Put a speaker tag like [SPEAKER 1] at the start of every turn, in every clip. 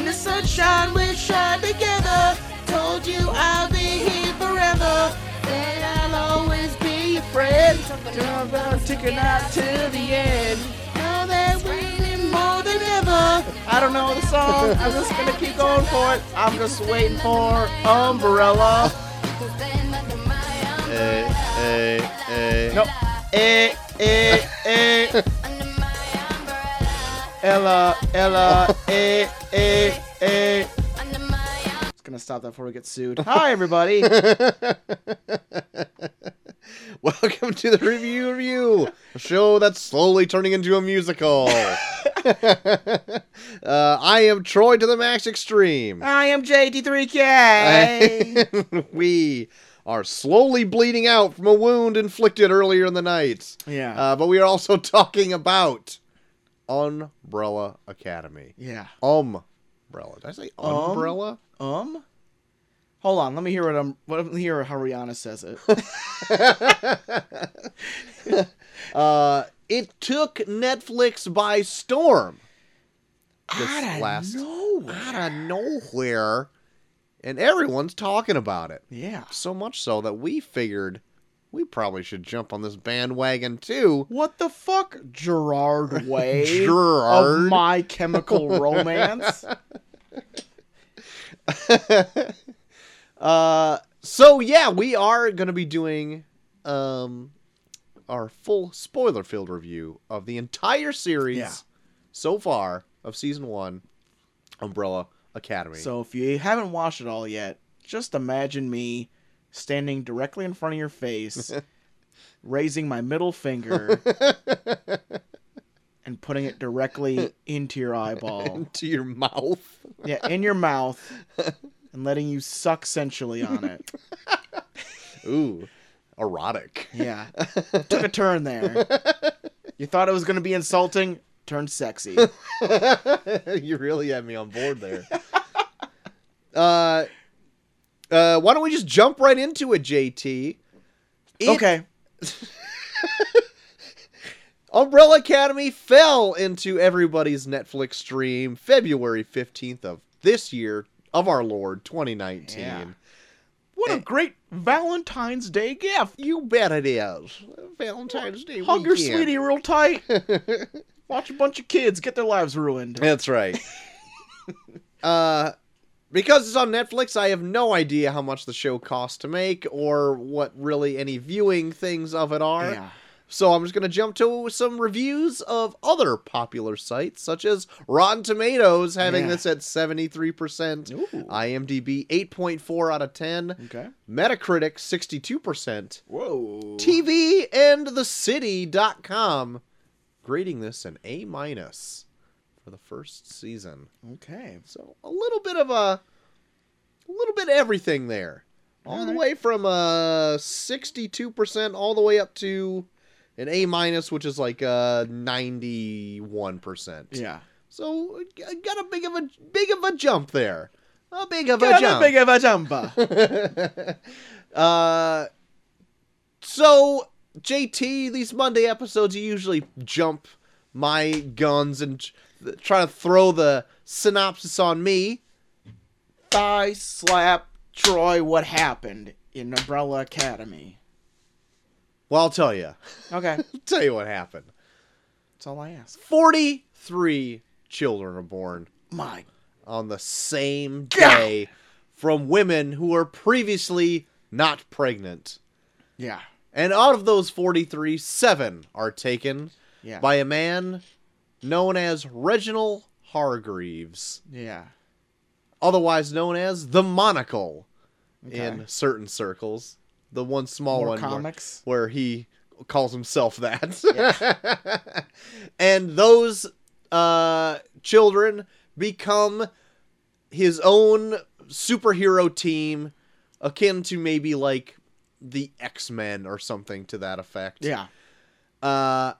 [SPEAKER 1] the sunshine we shine together. Told you I'll be here forever. And I'll always be your friend. Jump out, sticking out to the end. Now that we need more than ever. I don't know the song. I'm just gonna keep going for it. I'm just waiting for Umbrella.
[SPEAKER 2] Hey, hey, hey.
[SPEAKER 1] No. Eh, eh, eh. Ella, Ella, eh, eh, eh. Just gonna stop that before we get sued. Hi, everybody.
[SPEAKER 2] Welcome to the Review Review, a show that's slowly turning into a musical. uh, I am Troy to the max extreme.
[SPEAKER 1] I am JD3K.
[SPEAKER 2] we are slowly bleeding out from a wound inflicted earlier in the night.
[SPEAKER 1] yeah.
[SPEAKER 2] Uh, but we are also talking about Umbrella Academy.
[SPEAKER 1] yeah.
[SPEAKER 2] Umbrella. Did I say
[SPEAKER 1] Um?
[SPEAKER 2] umbrella?
[SPEAKER 1] Um. Hold on. Let me hear what um. Let me hear how Rihanna says it.
[SPEAKER 2] Uh, it took Netflix by storm.
[SPEAKER 1] Outta
[SPEAKER 2] last-
[SPEAKER 1] nowhere.
[SPEAKER 2] out of nowhere, and everyone's talking about it.
[SPEAKER 1] Yeah.
[SPEAKER 2] So much so that we figured we probably should jump on this bandwagon too.
[SPEAKER 1] What the fuck, Gerard Way?
[SPEAKER 2] Gerard.
[SPEAKER 1] of My Chemical Romance.
[SPEAKER 2] Uh, so yeah, we are gonna be doing um our full spoiler-filled review of the entire series
[SPEAKER 1] Yeah.
[SPEAKER 2] so far of season one, Umbrella Academy.
[SPEAKER 1] So if you haven't watched it all yet, just imagine me standing directly in front of your face, raising my middle finger, and putting it directly into your eyeball.
[SPEAKER 2] into your mouth.
[SPEAKER 1] Yeah, in your mouth, and letting you suck sensually on it.
[SPEAKER 2] Ooh, erotic.
[SPEAKER 1] Yeah. Took a turn there. You thought it was going to be insulting? Turned sexy.
[SPEAKER 2] you really had me on board there. uh, uh, why don't we just jump right into it, JT? It-
[SPEAKER 1] okay.
[SPEAKER 2] Umbrella Academy fell into everybody's Netflix stream February 15th of this year of our Lord 2019.
[SPEAKER 1] Yeah. What a great Valentine's Day gift.
[SPEAKER 2] You bet it is. Valentine's Day
[SPEAKER 1] Hug your
[SPEAKER 2] weekend.
[SPEAKER 1] sweetie real tight. Watch a bunch of kids get their lives ruined.
[SPEAKER 2] That's right. uh, because it's on Netflix, I have no idea how much the show costs to make or what really any viewing things of it are.
[SPEAKER 1] Yeah.
[SPEAKER 2] So I'm just going to jump to some reviews of other popular sites, such as Rotten Tomatoes having
[SPEAKER 1] Yeah.
[SPEAKER 2] this at 73%,
[SPEAKER 1] Ooh.
[SPEAKER 2] IMDb 8.4 out of 10,
[SPEAKER 1] Okay.
[SPEAKER 2] Metacritic 62%,
[SPEAKER 1] Whoa.
[SPEAKER 2] TV and the City.com grading this an A minus for the first season.
[SPEAKER 1] Okay.
[SPEAKER 2] So a little bit of a, a little bit of everything there, all, the
[SPEAKER 1] Alright.
[SPEAKER 2] way from uh sixty two percent all the way up to an A minus, which is like uh ninety one percent.
[SPEAKER 1] Yeah.
[SPEAKER 2] So g- got a big of a big of a jump there, a big of a
[SPEAKER 1] Got
[SPEAKER 2] jump.
[SPEAKER 1] big of a jumper.
[SPEAKER 2] uh, so JT, these Monday episodes you usually jump my guns and ch- try to throw the synopsis on me.
[SPEAKER 1] Thigh slap Troy. What happened in Umbrella Academy?
[SPEAKER 2] Well, I'll tell you.
[SPEAKER 1] Okay.
[SPEAKER 2] I'll tell you what happened.
[SPEAKER 1] That's all I ask.
[SPEAKER 2] 43 children are born
[SPEAKER 1] My
[SPEAKER 2] on the same
[SPEAKER 1] God.
[SPEAKER 2] day from women who were previously not pregnant.
[SPEAKER 1] yeah.
[SPEAKER 2] And out of those 43, 7 are taken
[SPEAKER 1] Yeah.
[SPEAKER 2] by a man known as Reginald Hargreaves,
[SPEAKER 1] yeah.
[SPEAKER 2] otherwise known as the Monocle
[SPEAKER 1] Okay.
[SPEAKER 2] in certain circles. The one small
[SPEAKER 1] More
[SPEAKER 2] one where-
[SPEAKER 1] comics.
[SPEAKER 2] where he calls himself that. and those uh, children become his own superhero team, akin to maybe like the X Men or something to that effect.
[SPEAKER 1] Yeah.
[SPEAKER 2] Uh,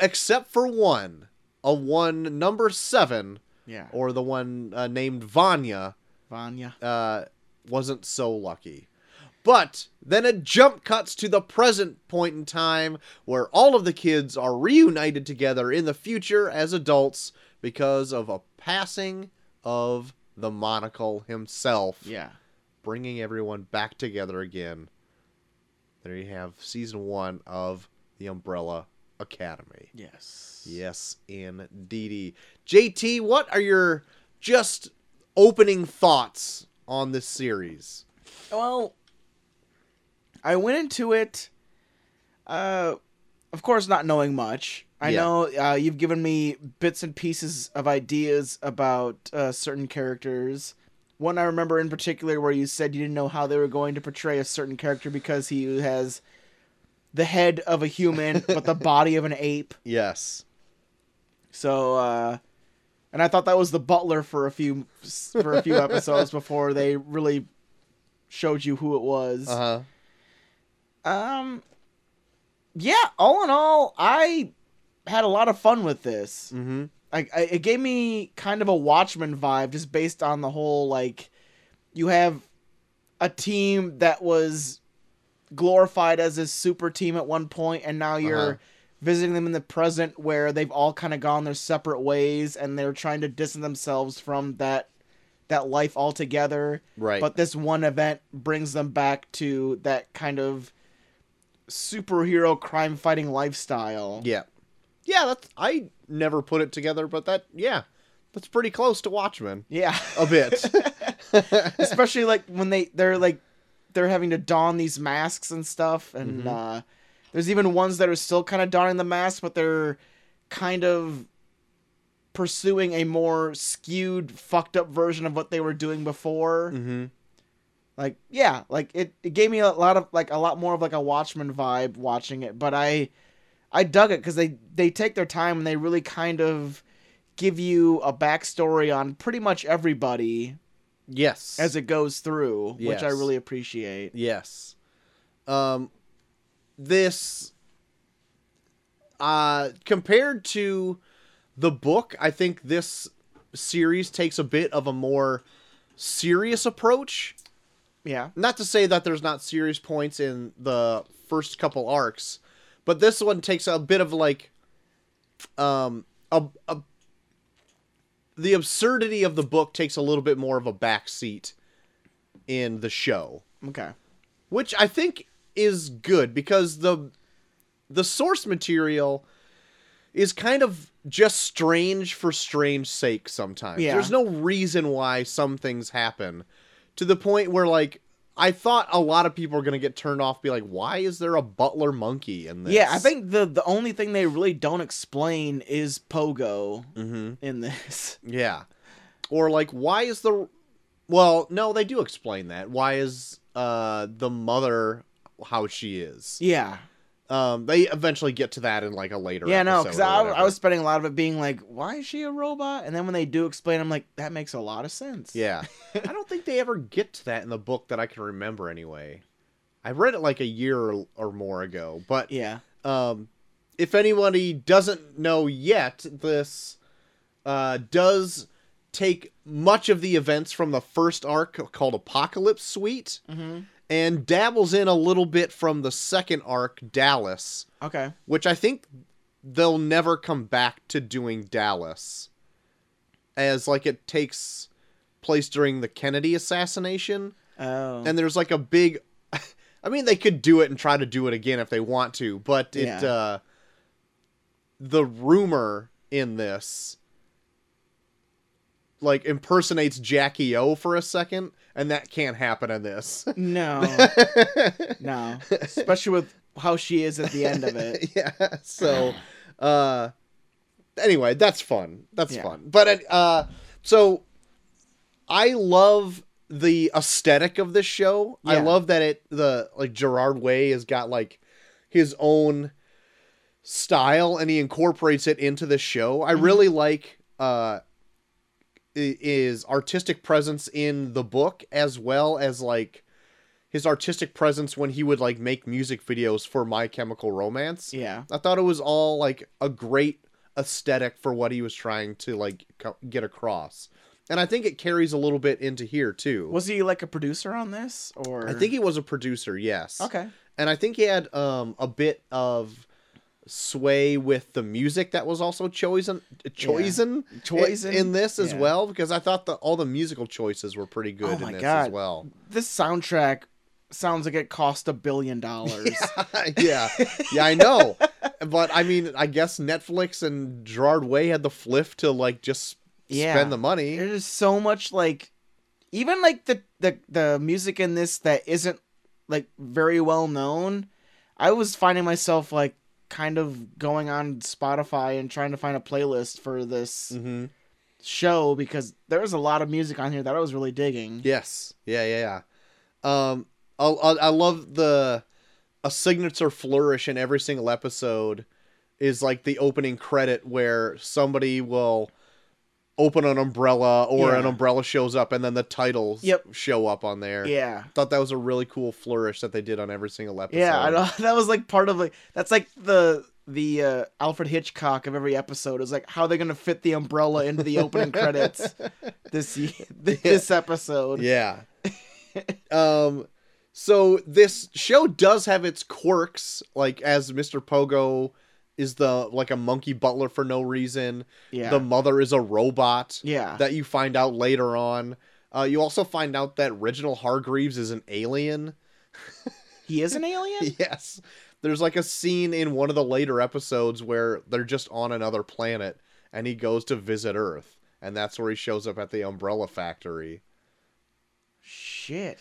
[SPEAKER 2] except for one, a one number seven,
[SPEAKER 1] Yeah.
[SPEAKER 2] or the one uh, named Vanya
[SPEAKER 1] Vanya.
[SPEAKER 2] uh, wasn't so lucky. But then it jump cuts to the present point in time where all of the kids are reunited together in the future as adults because of a passing of the monocle himself,
[SPEAKER 1] Yeah.
[SPEAKER 2] bringing everyone back together again. There you have season one of The Umbrella Academy.
[SPEAKER 1] Yes.
[SPEAKER 2] Yes, indeed. JT, what are your just opening thoughts on this series?
[SPEAKER 1] Well, I went into it, uh, of course, not knowing much. I
[SPEAKER 2] Yeah.
[SPEAKER 1] know uh, you've given me bits and pieces of ideas about uh, certain characters. One I remember in particular where you said you didn't know how they were going to portray a certain character because he has the head of a human but the body of an ape.
[SPEAKER 2] Yes.
[SPEAKER 1] So, uh, and I thought that was the butler for a few for a few episodes before they really showed you who it was.
[SPEAKER 2] Uh huh.
[SPEAKER 1] Um, yeah. All in all, I had a lot of fun with this.
[SPEAKER 2] Mm-hmm.
[SPEAKER 1] I, I it gave me kind of a Watchmen vibe, just based on the whole like, you have a team that was glorified as this super team at one point, and now you're
[SPEAKER 2] Uh-huh.
[SPEAKER 1] visiting them in the present where they've all kind of gone their separate ways, and they're trying to distance themselves from that that life altogether.
[SPEAKER 2] Right.
[SPEAKER 1] But this one event brings them back to that kind of superhero crime fighting lifestyle.
[SPEAKER 2] yeah. Yeah, that's I never put it together, but that yeah. That's pretty close to Watchmen.
[SPEAKER 1] Yeah.
[SPEAKER 2] A bit.
[SPEAKER 1] Especially like when they they're like they're having to don these masks and stuff and
[SPEAKER 2] Mhm.
[SPEAKER 1] uh there's even ones that are still kind of donning the mask but they're kind of pursuing a more skewed fucked up version of what they were doing before.
[SPEAKER 2] mm-hmm.
[SPEAKER 1] like yeah like it, it gave me a lot of like a lot more of like a watchman vibe watching it but i i dug it because they they take their time and they really kind of give you a backstory on pretty much everybody
[SPEAKER 2] Yes.
[SPEAKER 1] as it goes through which i
[SPEAKER 2] Yes.
[SPEAKER 1] really appreciate
[SPEAKER 2] Yes. Um this uh compared to the book, I think this series takes a bit of a more serious approach.
[SPEAKER 1] yeah
[SPEAKER 2] Not to say that there's not serious points in the first couple arcs, but this one takes a bit of like um a, a the absurdity of the book takes a little bit more of a backseat in the show
[SPEAKER 1] okay
[SPEAKER 2] which I think is good because the the source material is kind of just strange for strange sake sometimes.
[SPEAKER 1] Yeah.
[SPEAKER 2] There's no reason why some things happen to the point where like I thought a lot of people were going to get turned off be like why is there a butler monkey in this?
[SPEAKER 1] yeah i think the the only thing they really don't explain is pogo
[SPEAKER 2] Mhm.
[SPEAKER 1] in this
[SPEAKER 2] Yeah. Or like why is the well, no, they do explain that. Why is uh the mother how she is?
[SPEAKER 1] yeah
[SPEAKER 2] Um, they eventually get to that in like a later.
[SPEAKER 1] yeah no
[SPEAKER 2] episode
[SPEAKER 1] because
[SPEAKER 2] or
[SPEAKER 1] I, I
[SPEAKER 2] whatever.
[SPEAKER 1] was spending a lot of it being like why is she a robot and then when they do explain i'm like that makes a lot of sense
[SPEAKER 2] Yeah, I don't think they ever get to that in the book that I can remember. Anyway, I read it like a year or, or more ago. But
[SPEAKER 1] Yeah.
[SPEAKER 2] um, if anybody doesn't know yet, this uh, does take much of the events from the first arc called Apocalypse Suite
[SPEAKER 1] Mm-hmm.
[SPEAKER 2] and dabbles in a little bit from the second arc, Dallas.
[SPEAKER 1] Okay.
[SPEAKER 2] which I think they'll never come back to doing Dallas as like it takes place during the Kennedy assassination
[SPEAKER 1] Oh.
[SPEAKER 2] and there's like a big I mean they could do it and try to do it again if they want to but it
[SPEAKER 1] Yeah.
[SPEAKER 2] uh the rumor in this like impersonates Jackie O for a second and that can't happen in this
[SPEAKER 1] no. no. Especially with how she is at the end of it.
[SPEAKER 2] yeah. So, uh, anyway, that's fun. That's
[SPEAKER 1] Yeah.
[SPEAKER 2] fun. But uh, so I love the aesthetic of this show. I
[SPEAKER 1] Yeah.
[SPEAKER 2] love that it the like Gerard Way has got like his own style and he incorporates it into the show. I
[SPEAKER 1] Mhm.
[SPEAKER 2] really like uh i- is artistic presence in the book as well as like his artistic presence when he would like make music videos for My Chemical Romance.
[SPEAKER 1] Yeah.
[SPEAKER 2] I thought it was all like a great aesthetic for what he was trying to like co- get across. And I think it carries a little bit into here too.
[SPEAKER 1] Was he like a producer on this or
[SPEAKER 2] I think he was a producer, yes.
[SPEAKER 1] Okay.
[SPEAKER 2] And I think he had um a bit of sway with the music that was also chosen chosen
[SPEAKER 1] Choisin?
[SPEAKER 2] in, in this as
[SPEAKER 1] Yeah.
[SPEAKER 2] well because I thought the all the musical choices were pretty good
[SPEAKER 1] Oh
[SPEAKER 2] in
[SPEAKER 1] my
[SPEAKER 2] this as
[SPEAKER 1] God.
[SPEAKER 2] well.
[SPEAKER 1] This soundtrack sounds like it cost a billion dollars.
[SPEAKER 2] yeah. Yeah, I know. But I mean, I guess Netflix and Gerard Way had the fliff to like just
[SPEAKER 1] Yeah.
[SPEAKER 2] spend the money.
[SPEAKER 1] There's so much like even like the the the music in this that isn't like very well known. I was finding myself like kind of going on Spotify and trying to find a playlist for this
[SPEAKER 2] Mm-hmm.
[SPEAKER 1] show because there was a lot of music on here that I was really digging.
[SPEAKER 2] Yes. Yeah, yeah, yeah. Um I I, I love the a signature flourish in every single episode is like the opening credit where somebody will open an umbrella or an
[SPEAKER 1] Yeah.
[SPEAKER 2] umbrella shows up and then the titles
[SPEAKER 1] Yep.
[SPEAKER 2] show up on there.
[SPEAKER 1] Yeah.
[SPEAKER 2] Thought that was a really cool flourish that they did on every single episode.
[SPEAKER 1] Yeah, I know. that was like part of like that's like the the uh, Alfred Hitchcock of every episode is like how they're gonna fit the umbrella into the opening credits this y- this episode.
[SPEAKER 2] Yeah. um so this show does have its quirks like as Mr. Pogo is the like a monkey butler for no reason.
[SPEAKER 1] Yeah,
[SPEAKER 2] The mother is a robot
[SPEAKER 1] yeah,
[SPEAKER 2] that you find out later on. Uh, you also find out that Reginald Hargreaves is an alien.
[SPEAKER 1] he is an alien.
[SPEAKER 2] yes. There's like a scene in one of the later episodes where they're just on another planet and he goes to visit Earth and that's where he shows up at the umbrella factory.
[SPEAKER 1] Shit,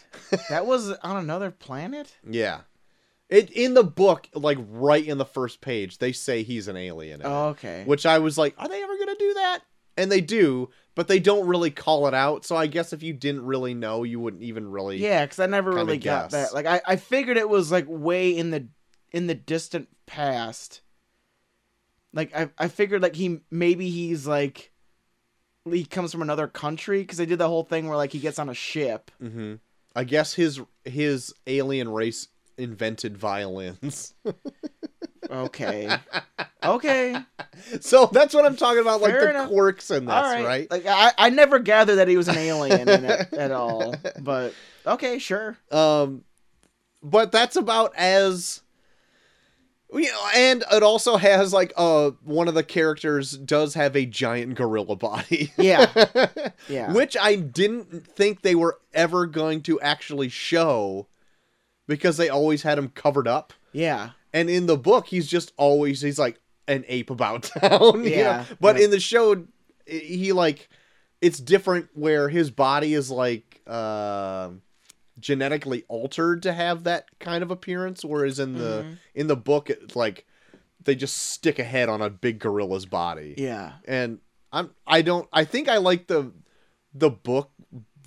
[SPEAKER 1] that was on another planet.
[SPEAKER 2] Yeah. It in the book, like right in the first page, they say he's an alien. in it,
[SPEAKER 1] Oh, okay.
[SPEAKER 2] Which I was like, are they ever gonna do that? And they do, but they don't really call it out. So I guess if you didn't really know, you wouldn't even really.
[SPEAKER 1] Yeah, because I never
[SPEAKER 2] Kinda
[SPEAKER 1] really got
[SPEAKER 2] guess.
[SPEAKER 1] that. Like I, I figured it was like way in the in the distant past. Like I, I figured like he maybe he's like he comes from another country because they did the whole thing where like he gets on a ship.
[SPEAKER 2] hmm I guess his his alien race invented violins.
[SPEAKER 1] Okay, okay,
[SPEAKER 2] so that's what I'm talking about, like
[SPEAKER 1] Fair
[SPEAKER 2] the
[SPEAKER 1] enough.
[SPEAKER 2] quirks in this,
[SPEAKER 1] all right.
[SPEAKER 2] right?
[SPEAKER 1] Like I, I never gathered that he was an alien in it at all. But okay, sure.
[SPEAKER 2] Um, but that's about as. You know, and it also has like uh one of the characters does have a giant gorilla body,
[SPEAKER 1] Yeah, yeah.
[SPEAKER 2] which I didn't think they were ever going to actually show, because they always had him covered up.
[SPEAKER 1] yeah.
[SPEAKER 2] And in the book, he's just always he's like an ape about town. you know?
[SPEAKER 1] Yeah,
[SPEAKER 2] But
[SPEAKER 1] yeah.
[SPEAKER 2] in the show, i- he like it's different where his body is like uh, genetically altered to have that kind of appearance, whereas in the
[SPEAKER 1] Mhm.
[SPEAKER 2] in the book, it's like they just stick a head on a big gorilla's body.
[SPEAKER 1] Yeah.
[SPEAKER 2] And I'm I don't I think I like the the book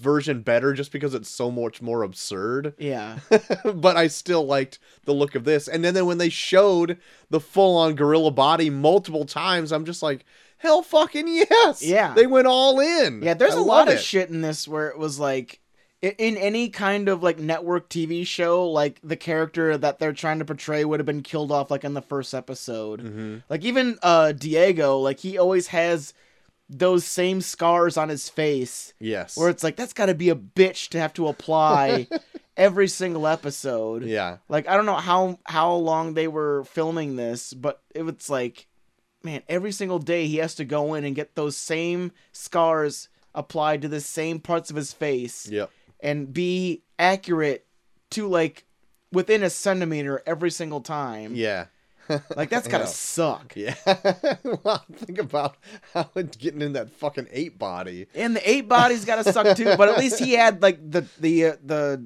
[SPEAKER 2] version better just because it's so much more absurd
[SPEAKER 1] Yeah.
[SPEAKER 2] but I still liked the look of this. And then, then when they showed the full on gorilla body multiple times, I'm just like, hell fucking yes.
[SPEAKER 1] Yeah.
[SPEAKER 2] They went all in.
[SPEAKER 1] Yeah, there's
[SPEAKER 2] a
[SPEAKER 1] a lot of shit in this where it was like i- in any kind of like network TV show, like the character that they're trying to portray would have been killed off like in the first episode.
[SPEAKER 2] hmm
[SPEAKER 1] Like even uh Diego, like he always has those same scars on his face
[SPEAKER 2] Yes.
[SPEAKER 1] where it's like that's got to be a bitch to have to apply every single episode.
[SPEAKER 2] yeah.
[SPEAKER 1] Like I don't know how how long they were filming this, but it was like, man, every single day he has to go in and get those same scars applied to the same parts of his face
[SPEAKER 2] Yep.
[SPEAKER 1] and be accurate to like within a centimeter every single time.
[SPEAKER 2] Yeah.
[SPEAKER 1] Like that's gotta
[SPEAKER 2] Yeah.
[SPEAKER 1] suck.
[SPEAKER 2] Yeah. well, think about how it's getting in that fucking ape body.
[SPEAKER 1] And the eight body's gotta suck too. But at least he had like the the uh, the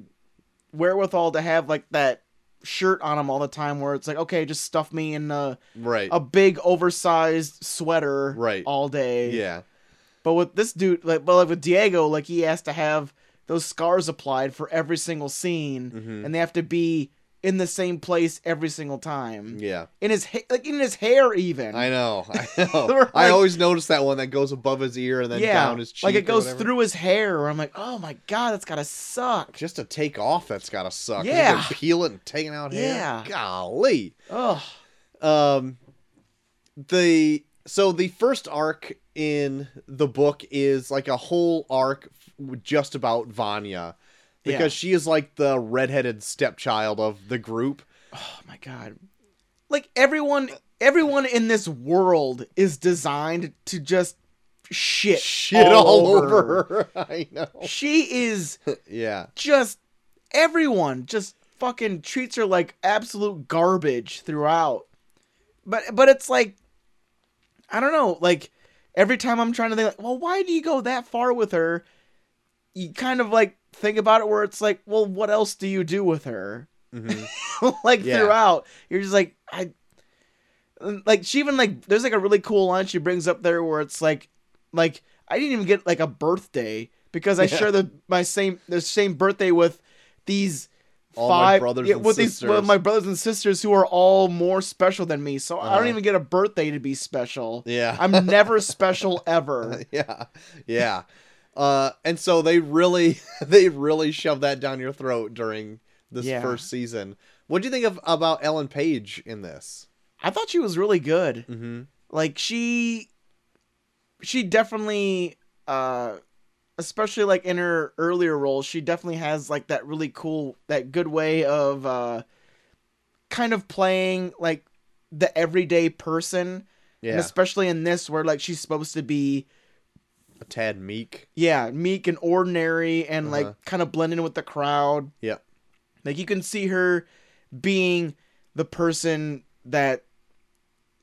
[SPEAKER 1] wherewithal to have like that shirt on him all the time where it's like okay just stuff me in uh
[SPEAKER 2] Right.
[SPEAKER 1] a big oversized sweater
[SPEAKER 2] Right.
[SPEAKER 1] all day.
[SPEAKER 2] yeah.
[SPEAKER 1] But with this dude like but like with Diego, like he has to have those scars applied for every single scene
[SPEAKER 2] Mhm.
[SPEAKER 1] and they have to be in the same place every single time.
[SPEAKER 2] Yeah.
[SPEAKER 1] In his ha- like in his hair even.
[SPEAKER 2] I know. I know.
[SPEAKER 1] We're
[SPEAKER 2] I
[SPEAKER 1] like-
[SPEAKER 2] always notice that one that goes above his ear and then
[SPEAKER 1] yeah,
[SPEAKER 2] down his cheek.
[SPEAKER 1] like
[SPEAKER 2] or
[SPEAKER 1] it goes
[SPEAKER 2] whatever.
[SPEAKER 1] through his hair. Where I'm like, oh my god, that's gotta suck.
[SPEAKER 2] Just to take off, that's gotta suck. You
[SPEAKER 1] Yeah.
[SPEAKER 2] can peel it and taking out hair.
[SPEAKER 1] Yeah.
[SPEAKER 2] Golly.
[SPEAKER 1] Oh,
[SPEAKER 2] um the so the first arc in the book is like a whole arc f- just about Vanya because
[SPEAKER 1] Yeah.
[SPEAKER 2] she is like the redheaded stepchild of the group.
[SPEAKER 1] oh my god. Like everyone everyone in this world is designed to just shit
[SPEAKER 2] Shit all, over. her. I know.
[SPEAKER 1] She is
[SPEAKER 2] Yeah.
[SPEAKER 1] just everyone just fucking treats her like absolute garbage throughout. But but it's like I don't know, like every time I'm trying to think like, well, why do you go that far with her? You kind of like think about it where it's like, well, what else do you do with her?
[SPEAKER 2] Mhm.
[SPEAKER 1] like
[SPEAKER 2] Yeah.
[SPEAKER 1] throughout. You're just like I like she even like there's like a really cool line she brings up there where it's like like I didn't even get like a birthday because I
[SPEAKER 2] Yeah.
[SPEAKER 1] share the my same the same birthday with these
[SPEAKER 2] All my
[SPEAKER 1] five
[SPEAKER 2] brothers and
[SPEAKER 1] with these
[SPEAKER 2] sisters.
[SPEAKER 1] with my brothers and sisters who are all more special than me. So I
[SPEAKER 2] Uh-huh.
[SPEAKER 1] don't even get a birthday to be special.
[SPEAKER 2] Yeah.
[SPEAKER 1] I'm never special ever.
[SPEAKER 2] yeah. Yeah. Uh, and so they really, they really shoved that down your throat during this
[SPEAKER 1] Yeah.
[SPEAKER 2] first season. What do you think of about Ellen Page in this?
[SPEAKER 1] I thought she was really good.
[SPEAKER 2] Mm-hmm.
[SPEAKER 1] Like she she definitely uh especially like in her earlier roles, she definitely has like that really cool that good way of uh kind of playing like the everyday person.
[SPEAKER 2] Yeah.
[SPEAKER 1] And especially in this where like she's supposed to be
[SPEAKER 2] A tad meek.
[SPEAKER 1] yeah, meek and ordinary and
[SPEAKER 2] Uh-huh.
[SPEAKER 1] like kind of blend in with the crowd.
[SPEAKER 2] Yeah.
[SPEAKER 1] Like you can see her being the person that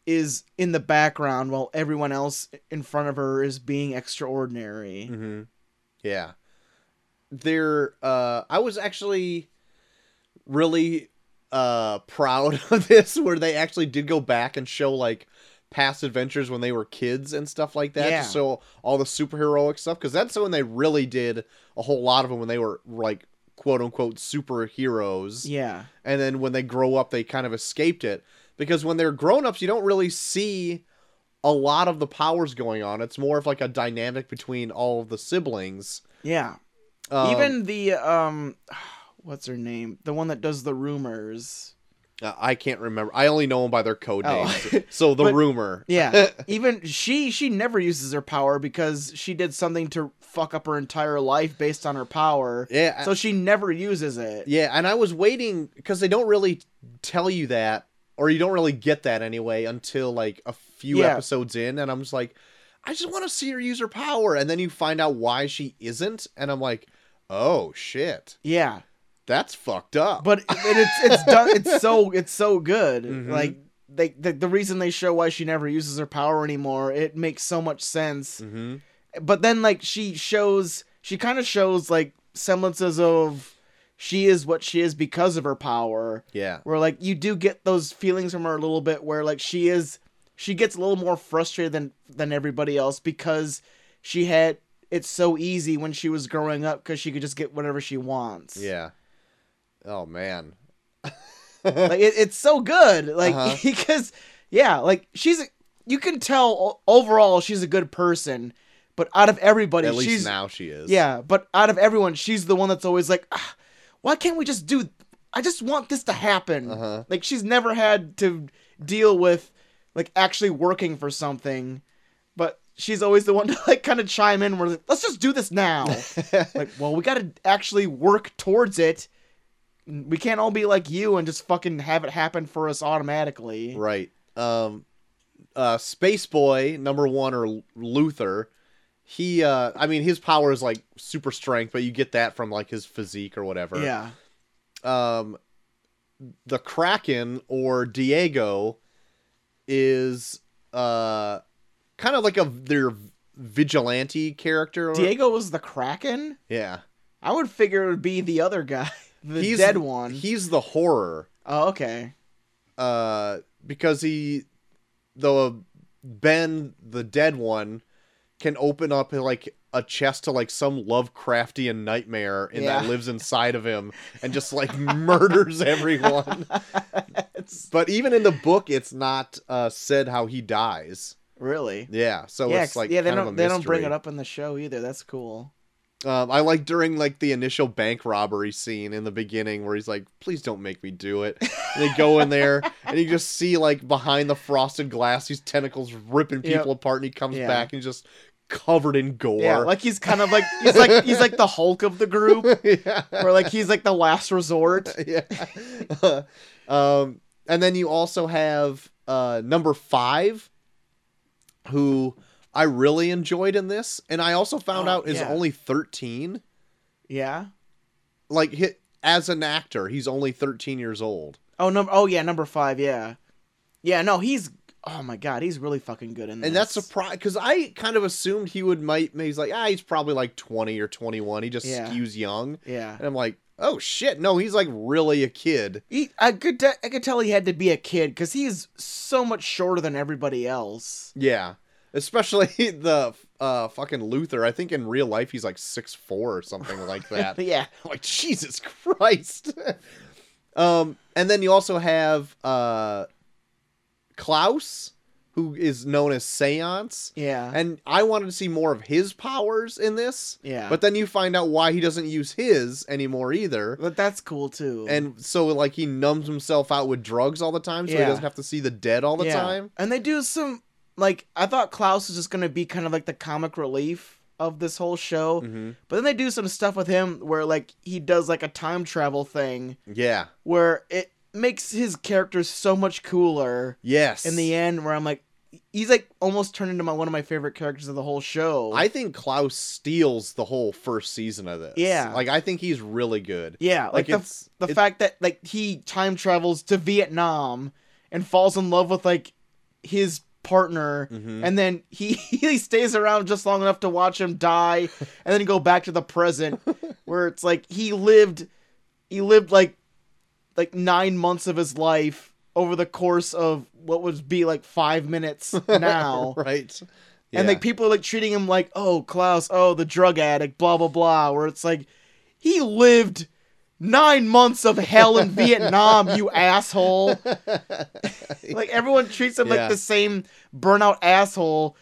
[SPEAKER 1] is in the background while everyone else in front of her is being extraordinary.
[SPEAKER 2] Mm-hmm. Yeah. There, uh, I was actually really uh, proud of this, where they actually did go back and show like past adventures when they were kids and stuff like that.
[SPEAKER 1] Yeah.
[SPEAKER 2] Just so all the superheroic stuff, because that's when they really did a whole lot of them when they were like quote unquote superheroes.
[SPEAKER 1] Yeah.
[SPEAKER 2] And then when they grow up, they kind of escaped it. Because when they're grown ups, you don't really see a lot of the powers going on. It's more of like a dynamic between all of the siblings.
[SPEAKER 1] Yeah.
[SPEAKER 2] Um,
[SPEAKER 1] Even the um what's her name? The one that does the rumors.
[SPEAKER 2] uh, I can't remember. I only know them by their code
[SPEAKER 1] Oh.
[SPEAKER 2] names. so the
[SPEAKER 1] But-
[SPEAKER 2] rumor.
[SPEAKER 1] Yeah. Even she she never uses her power because she did something to fuck up her entire life based on her power.
[SPEAKER 2] Yeah. I-
[SPEAKER 1] So she never uses it.
[SPEAKER 2] yeah, and I was waiting because they don't really tell you that, or you don't really get that anyway until like a few
[SPEAKER 1] Yeah.
[SPEAKER 2] episodes in, and I'm just like, I just want to see her use her power, and then you find out why she isn't, and I'm like, oh shit,
[SPEAKER 1] Yeah.
[SPEAKER 2] that's fucked up.
[SPEAKER 1] But it- it's it's done it's so it's so good.
[SPEAKER 2] Mhm.
[SPEAKER 1] Like they the, the reason they show why she never uses her power anymore, it makes so much sense.
[SPEAKER 2] hmm
[SPEAKER 1] But then like she shows she kind of shows like semblances of she is what she is because of her power.
[SPEAKER 2] yeah,
[SPEAKER 1] Where like you do get those feelings from her a little bit where like she is she gets a little more frustrated than than everybody else because she had it's so easy when she was growing up because she could just get whatever she wants.
[SPEAKER 2] yeah. Oh man,
[SPEAKER 1] like it, it's so good like
[SPEAKER 2] Uh-huh.
[SPEAKER 1] because yeah like she's a, you can tell o- overall she's a good person but out of everybody
[SPEAKER 2] at least
[SPEAKER 1] she's
[SPEAKER 2] now she is.
[SPEAKER 1] yeah but out of everyone she's the one that's always like "Ah, why can't we just do i just want this to happen
[SPEAKER 2] Uh-huh.
[SPEAKER 1] like she's never had to deal with like actually working for something but she's always the one to like kind of chime in where like, let's just do this now like well we gotta actually work towards it we can't all be like you and just fucking have it happen for us automatically
[SPEAKER 2] Right. Um uh Space Boy number 1 or L- Luther, he uh I mean his power is like super strength, but you get that from like his physique or whatever.
[SPEAKER 1] yeah
[SPEAKER 2] Um the Kraken or Diego is uh kind of like a their vigilante character.
[SPEAKER 1] diego was the kraken
[SPEAKER 2] Yeah.
[SPEAKER 1] i would figure it would be the other guy the dead one
[SPEAKER 2] He's the horror.
[SPEAKER 1] oh okay
[SPEAKER 2] Uh because he the Ben the dead one can open up like a chest to like some Lovecraftian nightmare and that
[SPEAKER 1] Yeah.
[SPEAKER 2] lives inside of him and just like murders everyone.
[SPEAKER 1] it's
[SPEAKER 2] But even in the book, it's not uh, said how he dies.
[SPEAKER 1] really
[SPEAKER 2] Yeah, so
[SPEAKER 1] yeah,
[SPEAKER 2] it's like
[SPEAKER 1] yeah they
[SPEAKER 2] kind of
[SPEAKER 1] don't
[SPEAKER 2] a
[SPEAKER 1] they don't bring
[SPEAKER 2] mystery.
[SPEAKER 1] it up in the show either that's cool
[SPEAKER 2] Um, I like during like the initial bank robbery scene in the beginning where he's like, "Please don't make me do it." And they go in there and you just see like behind the frosted glass, these tentacles ripping
[SPEAKER 1] Yep.
[SPEAKER 2] people apart, and he comes
[SPEAKER 1] Yeah.
[SPEAKER 2] back and he's just covered in gore.
[SPEAKER 1] yeah like he's kind of like he's like he's like the hulk of the group
[SPEAKER 2] yeah.
[SPEAKER 1] where like he's like the last resort
[SPEAKER 2] yeah. um, And then you also have uh, number five, who I really enjoyed in this, and I also found
[SPEAKER 1] Oh,
[SPEAKER 2] out is
[SPEAKER 1] yeah.
[SPEAKER 2] only thirteen.
[SPEAKER 1] Yeah.
[SPEAKER 2] Like hit as an actor, he's only thirteen years old.
[SPEAKER 1] Oh number. Oh yeah, number five. Yeah. Yeah. No, he's. Oh my god, he's really fucking good in this.
[SPEAKER 2] And that's surprised because I kind of assumed he would might he's like ah he's probably like twenty or twenty one. He just
[SPEAKER 1] Yeah.
[SPEAKER 2] skews young,
[SPEAKER 1] yeah.
[SPEAKER 2] and I'm like oh shit no he's like really a kid.
[SPEAKER 1] He, I could te- I could tell he had to be a kid because he is so much shorter than everybody else.
[SPEAKER 2] Yeah, especially the uh fucking Luther. I think in real life he's like six four or something like that.
[SPEAKER 1] yeah.
[SPEAKER 2] like Jesus Christ. um, and then you also have uh Klaus, who is known as Seance.
[SPEAKER 1] Yeah.
[SPEAKER 2] And I wanted to see more of his powers in this.
[SPEAKER 1] yeah.
[SPEAKER 2] But then you find out why he doesn't use his anymore either.
[SPEAKER 1] but that's cool too.
[SPEAKER 2] And so like he numbs himself out with drugs all the time so he
[SPEAKER 1] Yeah.
[SPEAKER 2] doesn't have to see the dead all the
[SPEAKER 1] Yeah.
[SPEAKER 2] time.
[SPEAKER 1] And they do some like I thought Klaus was just gonna be kind of like the comic relief of this whole show,
[SPEAKER 2] Mm-hmm.
[SPEAKER 1] but then they do some stuff with him where like he does like a time travel thing
[SPEAKER 2] Yeah.
[SPEAKER 1] where it makes his character so much cooler
[SPEAKER 2] Yes.
[SPEAKER 1] in the end. Where I'm like, he's like almost turned into my one of my favorite characters of the whole show.
[SPEAKER 2] I think Klaus steals the whole first season of this.
[SPEAKER 1] Yeah.
[SPEAKER 2] Like I think he's really good.
[SPEAKER 1] yeah, like,
[SPEAKER 2] Like,
[SPEAKER 1] the
[SPEAKER 2] it's
[SPEAKER 1] the
[SPEAKER 2] it-
[SPEAKER 1] fact that like he time travels to Vietnam and falls in love with like his partner
[SPEAKER 2] Mhm.
[SPEAKER 1] and then he he stays around just long enough to watch him die and then go back to the present where it's like he lived he lived like like 9 months of his life over the course of what would be like 5 minutes now
[SPEAKER 2] right.
[SPEAKER 1] and
[SPEAKER 2] Yeah.
[SPEAKER 1] like people are like treating him like oh Klaus oh the drug addict blah blah blah where it's like he lived 9 months of hell in Vietnam you asshole like everyone treats him
[SPEAKER 2] Yeah.
[SPEAKER 1] like the same burnout asshole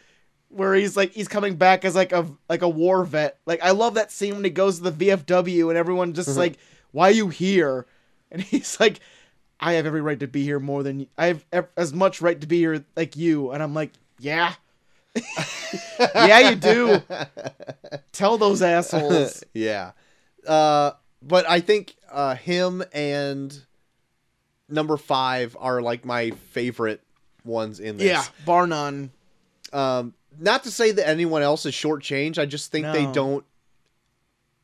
[SPEAKER 1] where he's like he's coming back as like a like a war vet. Like I love that scene when he goes to the VFW and everyone
[SPEAKER 2] Mm-hmm.
[SPEAKER 1] just like, "Why are you here?" And he's like, "I have every right to be here more than y- I have ev- as much right to be here like you." And I'm like, "Yeah, yeah, you do. Tell those assholes."
[SPEAKER 2] yeah. Uh, but I think uh, him and number five are like my favorite ones in this.
[SPEAKER 1] yeah, bar none.
[SPEAKER 2] Um, not to say that anyone else is shortchanged. I just think they
[SPEAKER 1] No.
[SPEAKER 2] don't.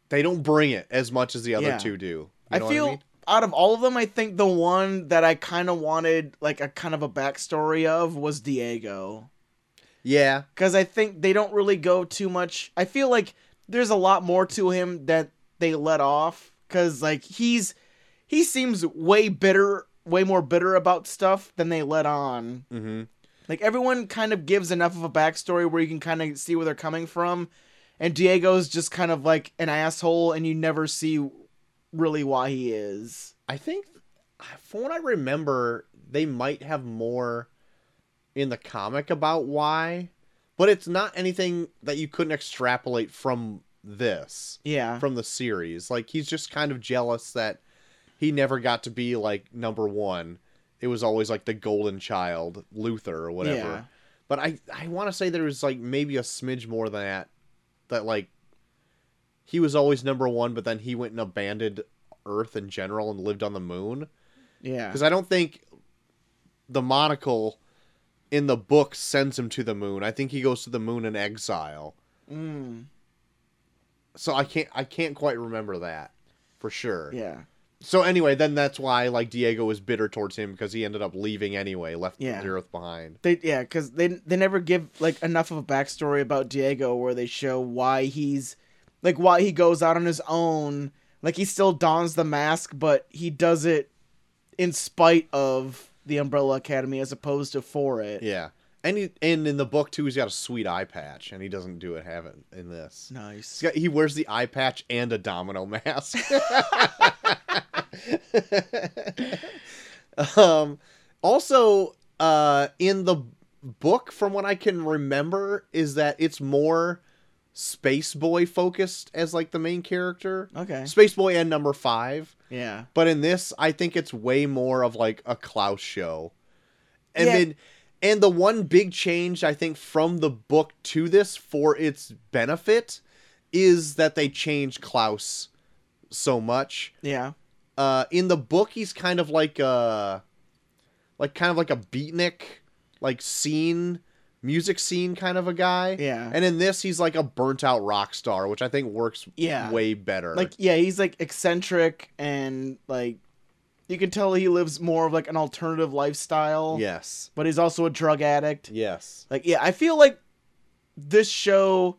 [SPEAKER 2] They don't bring it as much as the other
[SPEAKER 1] Yeah.
[SPEAKER 2] two do. You
[SPEAKER 1] I
[SPEAKER 2] know what
[SPEAKER 1] feel
[SPEAKER 2] mean?
[SPEAKER 1] out of all of them, I think the one that I kind of wanted like a kind of a backstory of was Diego.
[SPEAKER 2] Yeah.
[SPEAKER 1] because I think they don't really go too much. I feel like there's a lot more to him that they let off because like he's he seems way bitter, way more bitter about stuff than they let on.
[SPEAKER 2] Mm-hmm.
[SPEAKER 1] Like everyone kind of gives enough of a backstory where you can kind of see where they're coming from, and Diego's just kind of like an asshole, and you never see really why he is.
[SPEAKER 2] I think, from what I remember, they might have more in the comic about why, but it's not anything that you couldn't extrapolate from this,
[SPEAKER 1] Yeah,
[SPEAKER 2] from the series. Like, he's just kind of jealous that he never got to be, like, number one. It was always, like, the golden child, Luther, or whatever.
[SPEAKER 1] Yeah.
[SPEAKER 2] But I, I want to say there was, like, maybe a smidge more than that, that, like, he was always number one, but then he went and abandoned Earth in general and lived on the moon
[SPEAKER 1] yeah,
[SPEAKER 2] because I don't think the monocle in the book sends him to the moon. I think he goes to the moon in exile.
[SPEAKER 1] mm,
[SPEAKER 2] So I can't I can't quite remember that for sure.
[SPEAKER 1] yeah,
[SPEAKER 2] So anyway, then that's why like Diego is bitter towards him because he ended up leaving anyway, left
[SPEAKER 1] Yeah.
[SPEAKER 2] the earth behind.
[SPEAKER 1] They yeah, because they they never give like enough of a backstory about Diego where they show why he's like why he goes out on his own. Like he still dons the mask, but he does it in spite of the Umbrella Academy as opposed to for it.
[SPEAKER 2] Yeah. And he, and in the book too, he's got a sweet eye patch, and he doesn't do it have it in this. He's
[SPEAKER 1] Nice.
[SPEAKER 2] got, he wears the eye patch and a domino mask. um, also, uh, in the book, from what I can remember, is that it's more Space Boy focused as like the main character,
[SPEAKER 1] Okay.
[SPEAKER 2] Space Boy and Number Five.
[SPEAKER 1] Yeah.
[SPEAKER 2] But in this, I think it's way more of like a Klaus show. And
[SPEAKER 1] Yeah.
[SPEAKER 2] then and the one big change I think from the book to this for its benefit is that they changed Klaus so much.
[SPEAKER 1] Yeah.
[SPEAKER 2] Uh in the book he's kind of like uh like kind of like a beatnik, like scene, music scene kind of a guy.
[SPEAKER 1] Yeah.
[SPEAKER 2] And in this, he's like a burnt out rock star, which I think works
[SPEAKER 1] Yeah.
[SPEAKER 2] way better.
[SPEAKER 1] Like yeah, he's like eccentric and like you can tell he lives more of like an alternative lifestyle.
[SPEAKER 2] yes,
[SPEAKER 1] But he's also a drug addict.
[SPEAKER 2] yes,
[SPEAKER 1] Like yeah, I feel like this show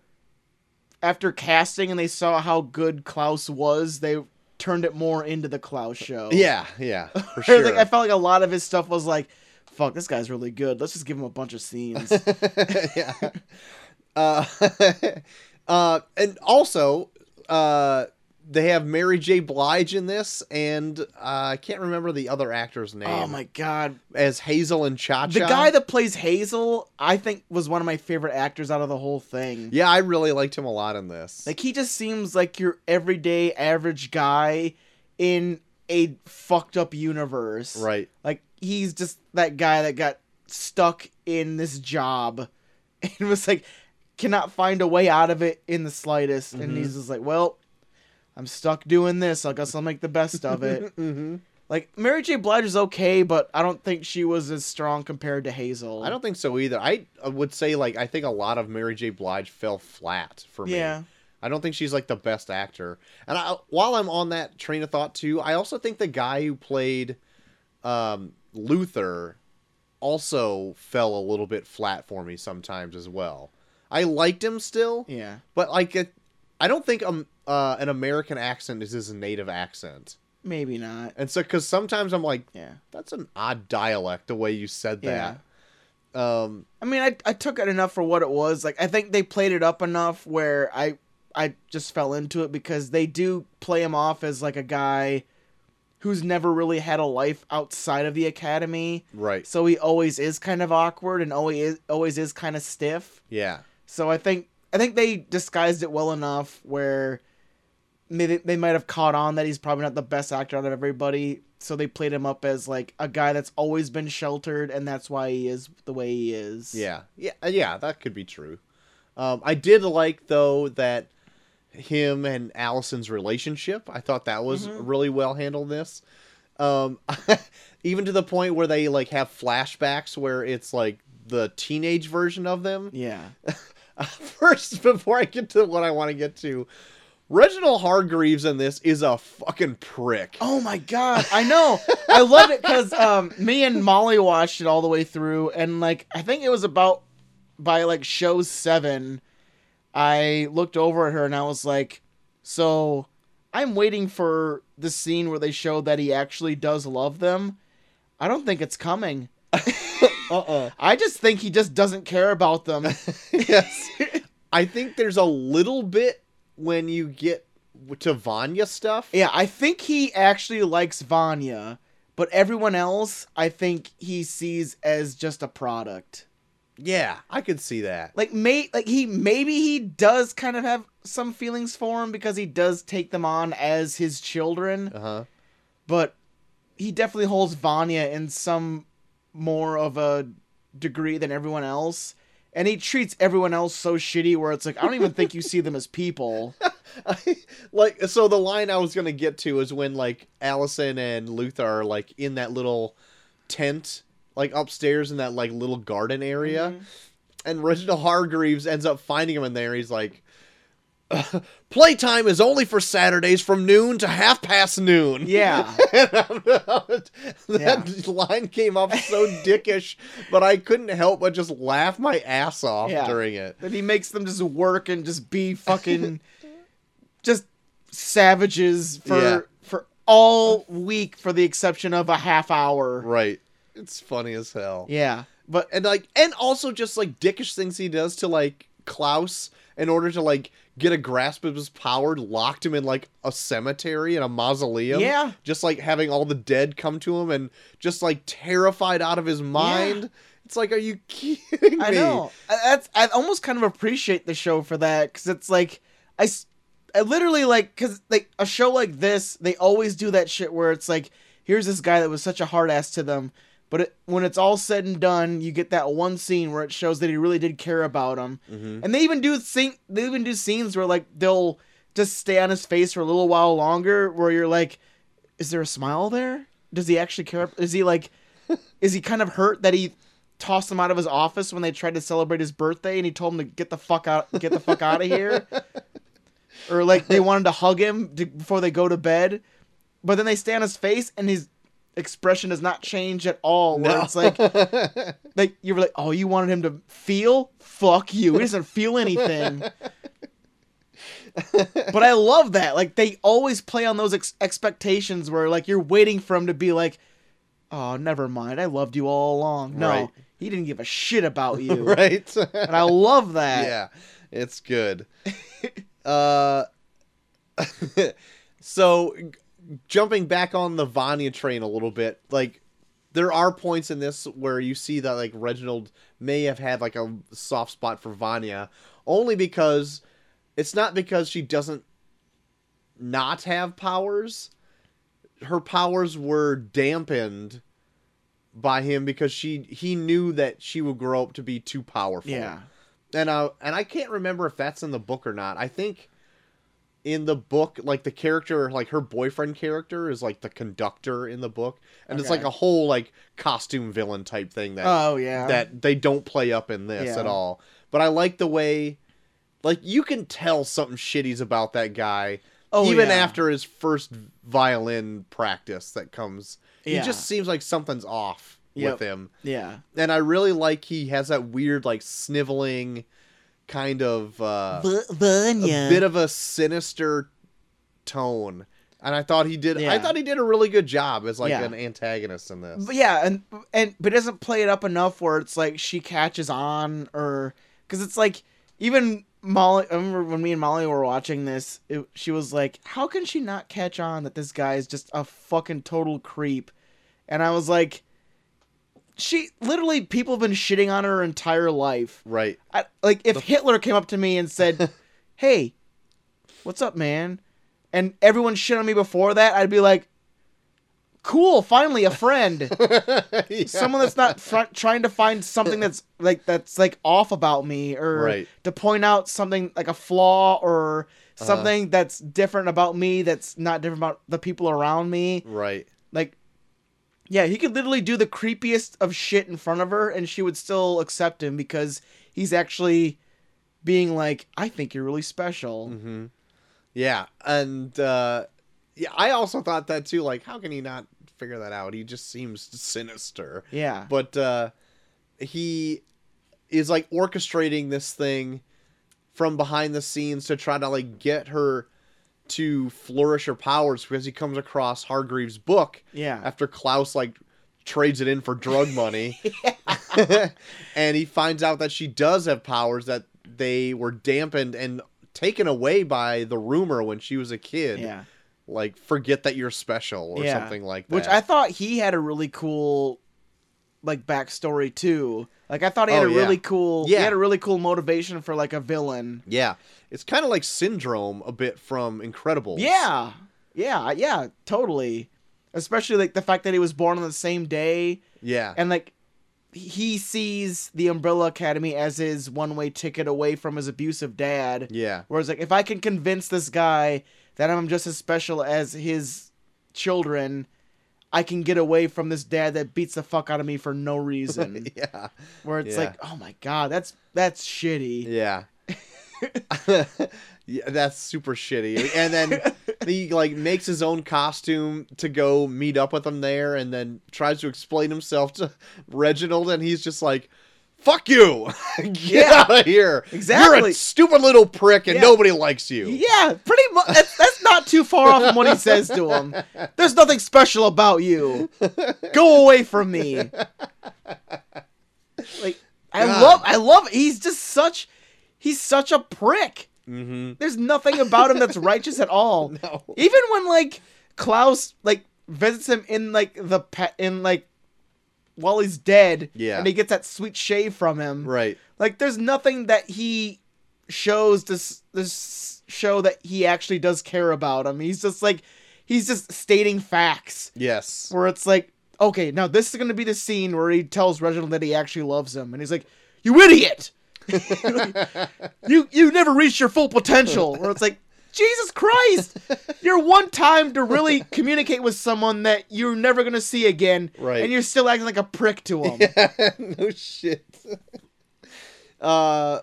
[SPEAKER 1] after casting and they saw how good Klaus was, they turned it more into the Klaus show.
[SPEAKER 2] yeah, yeah, for
[SPEAKER 1] Or,
[SPEAKER 2] sure.
[SPEAKER 1] like I felt like a lot of his stuff was like, fuck, this guy's really good. Let's just give him a bunch of scenes. Oh
[SPEAKER 2] yeah. Uh, uh, and also, uh, they have Mary J. Blige in this, and uh, I can't remember the other actor's name.
[SPEAKER 1] oh my god.
[SPEAKER 2] As Hazel and Cha Cha.
[SPEAKER 1] The guy that plays Hazel, I think was one of my favorite actors out of the whole thing.
[SPEAKER 2] Yeah, I really liked him a lot in this.
[SPEAKER 1] Like he just seems like your everyday average guy in a fucked up universe.
[SPEAKER 2] right.
[SPEAKER 1] Like he's just that guy that got stuck in this job and was like cannot find a way out of it in the slightest and
[SPEAKER 2] Mhm.
[SPEAKER 1] he's just like, "Well, I'm stuck doing this. I guess I'll make the best of it."
[SPEAKER 2] Mm-hmm.
[SPEAKER 1] like Mary J. Blige is okay, but I don't think she was as strong compared to Hazel.
[SPEAKER 2] I don't think so either. I I would say like I think a lot of Mary J. Blige fell flat for me.
[SPEAKER 1] Yeah.
[SPEAKER 2] I don't think she's like the best actor. And I, while I'm on that train of thought too, I also think the guy who played um, Luther also fell a little bit flat for me sometimes as well. I liked him still,
[SPEAKER 1] Yeah.
[SPEAKER 2] but like it, I don't think um uh, an American accent is his native accent.
[SPEAKER 1] Maybe not.
[SPEAKER 2] And so cuz sometimes I'm like
[SPEAKER 1] Yeah.
[SPEAKER 2] that's an odd dialect the way you said that. Um
[SPEAKER 1] I mean, I, I took it enough for what it was. Like, I think they played it up enough where I I just fell into it because they do play him off as like a guy who's never really had a life outside of the academy,
[SPEAKER 2] right.
[SPEAKER 1] so he always is kind of awkward and always is, always is kind of stiff.
[SPEAKER 2] Yeah.
[SPEAKER 1] So I think I think they disguised it well enough where maybe they might have caught on that he's probably not the best actor out of everybody. So they played him up as like a guy that's always been sheltered, and that's why he is the way he is.
[SPEAKER 2] Yeah, yeah, uh, yeah. That could be true. Um, I did like though that him and Allison's relationship. I thought that was
[SPEAKER 1] Mhm.
[SPEAKER 2] really well handled. in This, um, even to the point where they like have flashbacks where it's like the teenage version of them.
[SPEAKER 1] Yeah.
[SPEAKER 2] First, before I get to what I want to get to, Reginald Hargreaves in this is a fucking prick.
[SPEAKER 1] Oh my god, I know. I love it because um, me and Molly watched it all the way through, and like I think it was about by like show seven. I looked over at her and I was like, "So, I'm waiting for the scene where they show that he actually does love them. I don't think it's coming.
[SPEAKER 2] Uh uh
[SPEAKER 1] I just think he just doesn't care about them.
[SPEAKER 2] yes. I think there's a little bit when you get to Vanya stuff.
[SPEAKER 1] yeah, I think he actually likes Vanya, but everyone else, I think he sees as just a product."
[SPEAKER 2] Yeah, I could see that.
[SPEAKER 1] like may like he maybe he does kind of have some feelings for him because he does take them on as his children,
[SPEAKER 2] Uh huh.
[SPEAKER 1] but he definitely holds Vanya in some more of a degree than everyone else. And he treats everyone else so shitty where it's like I don't even think you see them as people.
[SPEAKER 2] like, so the line I was gonna get to is when like Allison and Luther are like in that little tent, like upstairs in that like little garden area,
[SPEAKER 1] Mm-hmm.
[SPEAKER 2] and Reginald Hargreaves ends up finding him in there. He's like. Playtime is only for Saturdays from noon to half past noon.
[SPEAKER 1] Yeah.
[SPEAKER 2] And I'm- that line came off so dickish, but I couldn't help but just laugh my ass off
[SPEAKER 1] Yeah.
[SPEAKER 2] during it.
[SPEAKER 1] That he makes them just work and just be fucking just savages for
[SPEAKER 2] Yeah.
[SPEAKER 1] for all week for the exception of a half hour.
[SPEAKER 2] Right. It's funny as hell.
[SPEAKER 1] Yeah. But
[SPEAKER 2] and like and also just like dickish things he does to like Klaus in order to like get a grasp of his power, locked him in like a cemetery and a mausoleum.
[SPEAKER 1] Yeah.
[SPEAKER 2] Just like having all the dead come to him and just like terrified out of his mind. It's like, are you kidding me?
[SPEAKER 1] I know I- that's I almost kind of appreciate the show for that because it's like I, s- I literally like because like a show like this they always do that shit where it's like here's this guy that was such a hard ass to them but it, when it's all said and done you get that one scene where it shows that he really did care about him
[SPEAKER 2] Mhm.
[SPEAKER 1] and they even do scene they even do scenes where like they'll just stay on his face for a little while longer where you're like is there a smile there does he actually care is he like Is he kind of hurt that he tossed them out of his office when they tried to celebrate his birthday and he told them to get the fuck out get the fuck out of here? Or like they wanted to hug him to, before they go to bed, but then they stay on his face and his expression does not change at all. Where
[SPEAKER 2] No.
[SPEAKER 1] it's like like you were like, oh, you wanted him to feel? Fuck you. He doesn't feel anything. but I love that. Like they always play on those ex- expectations where like you're waiting for him to be like, oh, never mind. I loved you all along. No,
[SPEAKER 2] Right.
[SPEAKER 1] he didn't give a shit about you.
[SPEAKER 2] right?
[SPEAKER 1] And I love that.
[SPEAKER 2] yeah, it's good. uh, so g- jumping back on the Vanya train a little bit, like there are points in this where you see that like Reginald may have had like a soft spot for Vanya, only because it's not because she doesn't not have powers. Her powers were dampened by him because she he knew that she would grow up to be too powerful
[SPEAKER 1] Yeah.
[SPEAKER 2] and uh, and I can't remember if that's in the book or not. I think in the book, like the character, like her boyfriend character, is like the conductor in the book, and it's
[SPEAKER 1] Okay.
[SPEAKER 2] like a whole like costume villain type thing that
[SPEAKER 1] Oh yeah.
[SPEAKER 2] that they don't play up in this
[SPEAKER 1] Yeah.
[SPEAKER 2] at all. But I like the way, like you can tell something shitty's about that guy,
[SPEAKER 1] Oh,
[SPEAKER 2] even
[SPEAKER 1] yeah.
[SPEAKER 2] after his first violin practice that comes.
[SPEAKER 1] Yeah.
[SPEAKER 2] He just seems like something's off
[SPEAKER 1] Yep.
[SPEAKER 2] with him
[SPEAKER 1] yeah.
[SPEAKER 2] and I really like he has that weird like sniveling kind of uh, a bit of a sinister tone. And I thought he did
[SPEAKER 1] Yeah.
[SPEAKER 2] I thought he did a really good job as like
[SPEAKER 1] Yeah.
[SPEAKER 2] an antagonist in this.
[SPEAKER 1] But yeah, and and but it doesn't play it up enough where it's like she catches on or because it's like even Molly. I remember when me and Molly were watching this, it, she was like, "How can she not catch on that this guy is just a fucking total creep?" And I was like, "She literally people have been shitting on her her entire life.
[SPEAKER 2] Right.
[SPEAKER 1] I, like if Hitler came up to me and said, "Hey, what's up, man?" and everyone shit on me before that, I'd be like, "Cool, finally a friend."
[SPEAKER 2] Yeah.
[SPEAKER 1] someone that's not fr- trying to find something that's like that's like off about me or
[SPEAKER 2] Right.
[SPEAKER 1] to point out something like a flaw or something that's different about me that's not different about the people around me
[SPEAKER 2] Right.
[SPEAKER 1] like yeah he could literally do the creepiest of shit in front of her and she would still accept him because he's actually being like i think you're really special
[SPEAKER 2] Mm. Mm-hmm. Yeah. And uh yeah, I also thought that too, like, how can he not figure that out? He just seems sinister.
[SPEAKER 1] yeah
[SPEAKER 2] but uh, he is like orchestrating this thing from behind the scenes to try to like get her to flourish her powers because he comes across Hargreaves' book
[SPEAKER 1] yeah
[SPEAKER 2] after Klaus like trades it in for drug money, and he finds out that she does have powers that they were dampened and taken away by the rumor when she was a kid.
[SPEAKER 1] yeah
[SPEAKER 2] Like forget that you're special or
[SPEAKER 1] Yeah.
[SPEAKER 2] something like that.
[SPEAKER 1] Which I thought he had a really cool like backstory too. Like I thought he had
[SPEAKER 2] Oh,
[SPEAKER 1] a
[SPEAKER 2] yeah.
[SPEAKER 1] really cool he
[SPEAKER 2] Yeah.
[SPEAKER 1] had a really cool motivation for like a villain.
[SPEAKER 2] Yeah, it's kind of like Syndrome a bit from Incredibles.
[SPEAKER 1] Yeah. Yeah, yeah, totally. Especially like the fact that he was born on the same day
[SPEAKER 2] yeah,
[SPEAKER 1] and like he sees the Umbrella Academy as his one-way ticket away from his abusive dad.
[SPEAKER 2] yeah,
[SPEAKER 1] Whereas like if I can convince this guy that I'm just as special as his children, I can get away from this dad that beats the fuck out of me for no reason.
[SPEAKER 2] yeah,
[SPEAKER 1] Where it's
[SPEAKER 2] Yeah.
[SPEAKER 1] like, oh my god, that's that's shitty.
[SPEAKER 2] yeah. yeah, that's super shitty. And then he like makes his own costume to go meet up with him there, and then tries to explain himself to Reginald, and he's just like, "Fuck you, get
[SPEAKER 1] Yeah.
[SPEAKER 2] out of here! you're
[SPEAKER 1] Exactly.
[SPEAKER 2] a stupid little prick, and
[SPEAKER 1] Yeah.
[SPEAKER 2] nobody likes you."
[SPEAKER 1] Yeah, pretty much. That's, that's not too far off from what he says to him. There's nothing special about you. Go away from me. Like I
[SPEAKER 2] God.
[SPEAKER 1] love, I love. He's just such, he's such a prick.
[SPEAKER 2] Mm-hmm.
[SPEAKER 1] There's nothing about him that's righteous at all. Even when like Klaus like visits him in like the pet in like while he's dead,
[SPEAKER 2] Yeah.
[SPEAKER 1] and he gets that sweet shave from him.
[SPEAKER 2] Right.
[SPEAKER 1] Like, there's nothing that he shows this this show that he actually does care about him. He's just like, he's just stating facts
[SPEAKER 2] Yes.
[SPEAKER 1] where it's like, okay, now this is gonna be the scene where he tells Reginald that he actually loves him, and he's like, you idiot, you you never reached your full potential. Where it's like, Jesus Christ, your one time to really communicate with someone that you're never gonna see again,
[SPEAKER 2] Right.
[SPEAKER 1] And you're still acting like a prick to them.
[SPEAKER 2] Yeah, no shit. uh,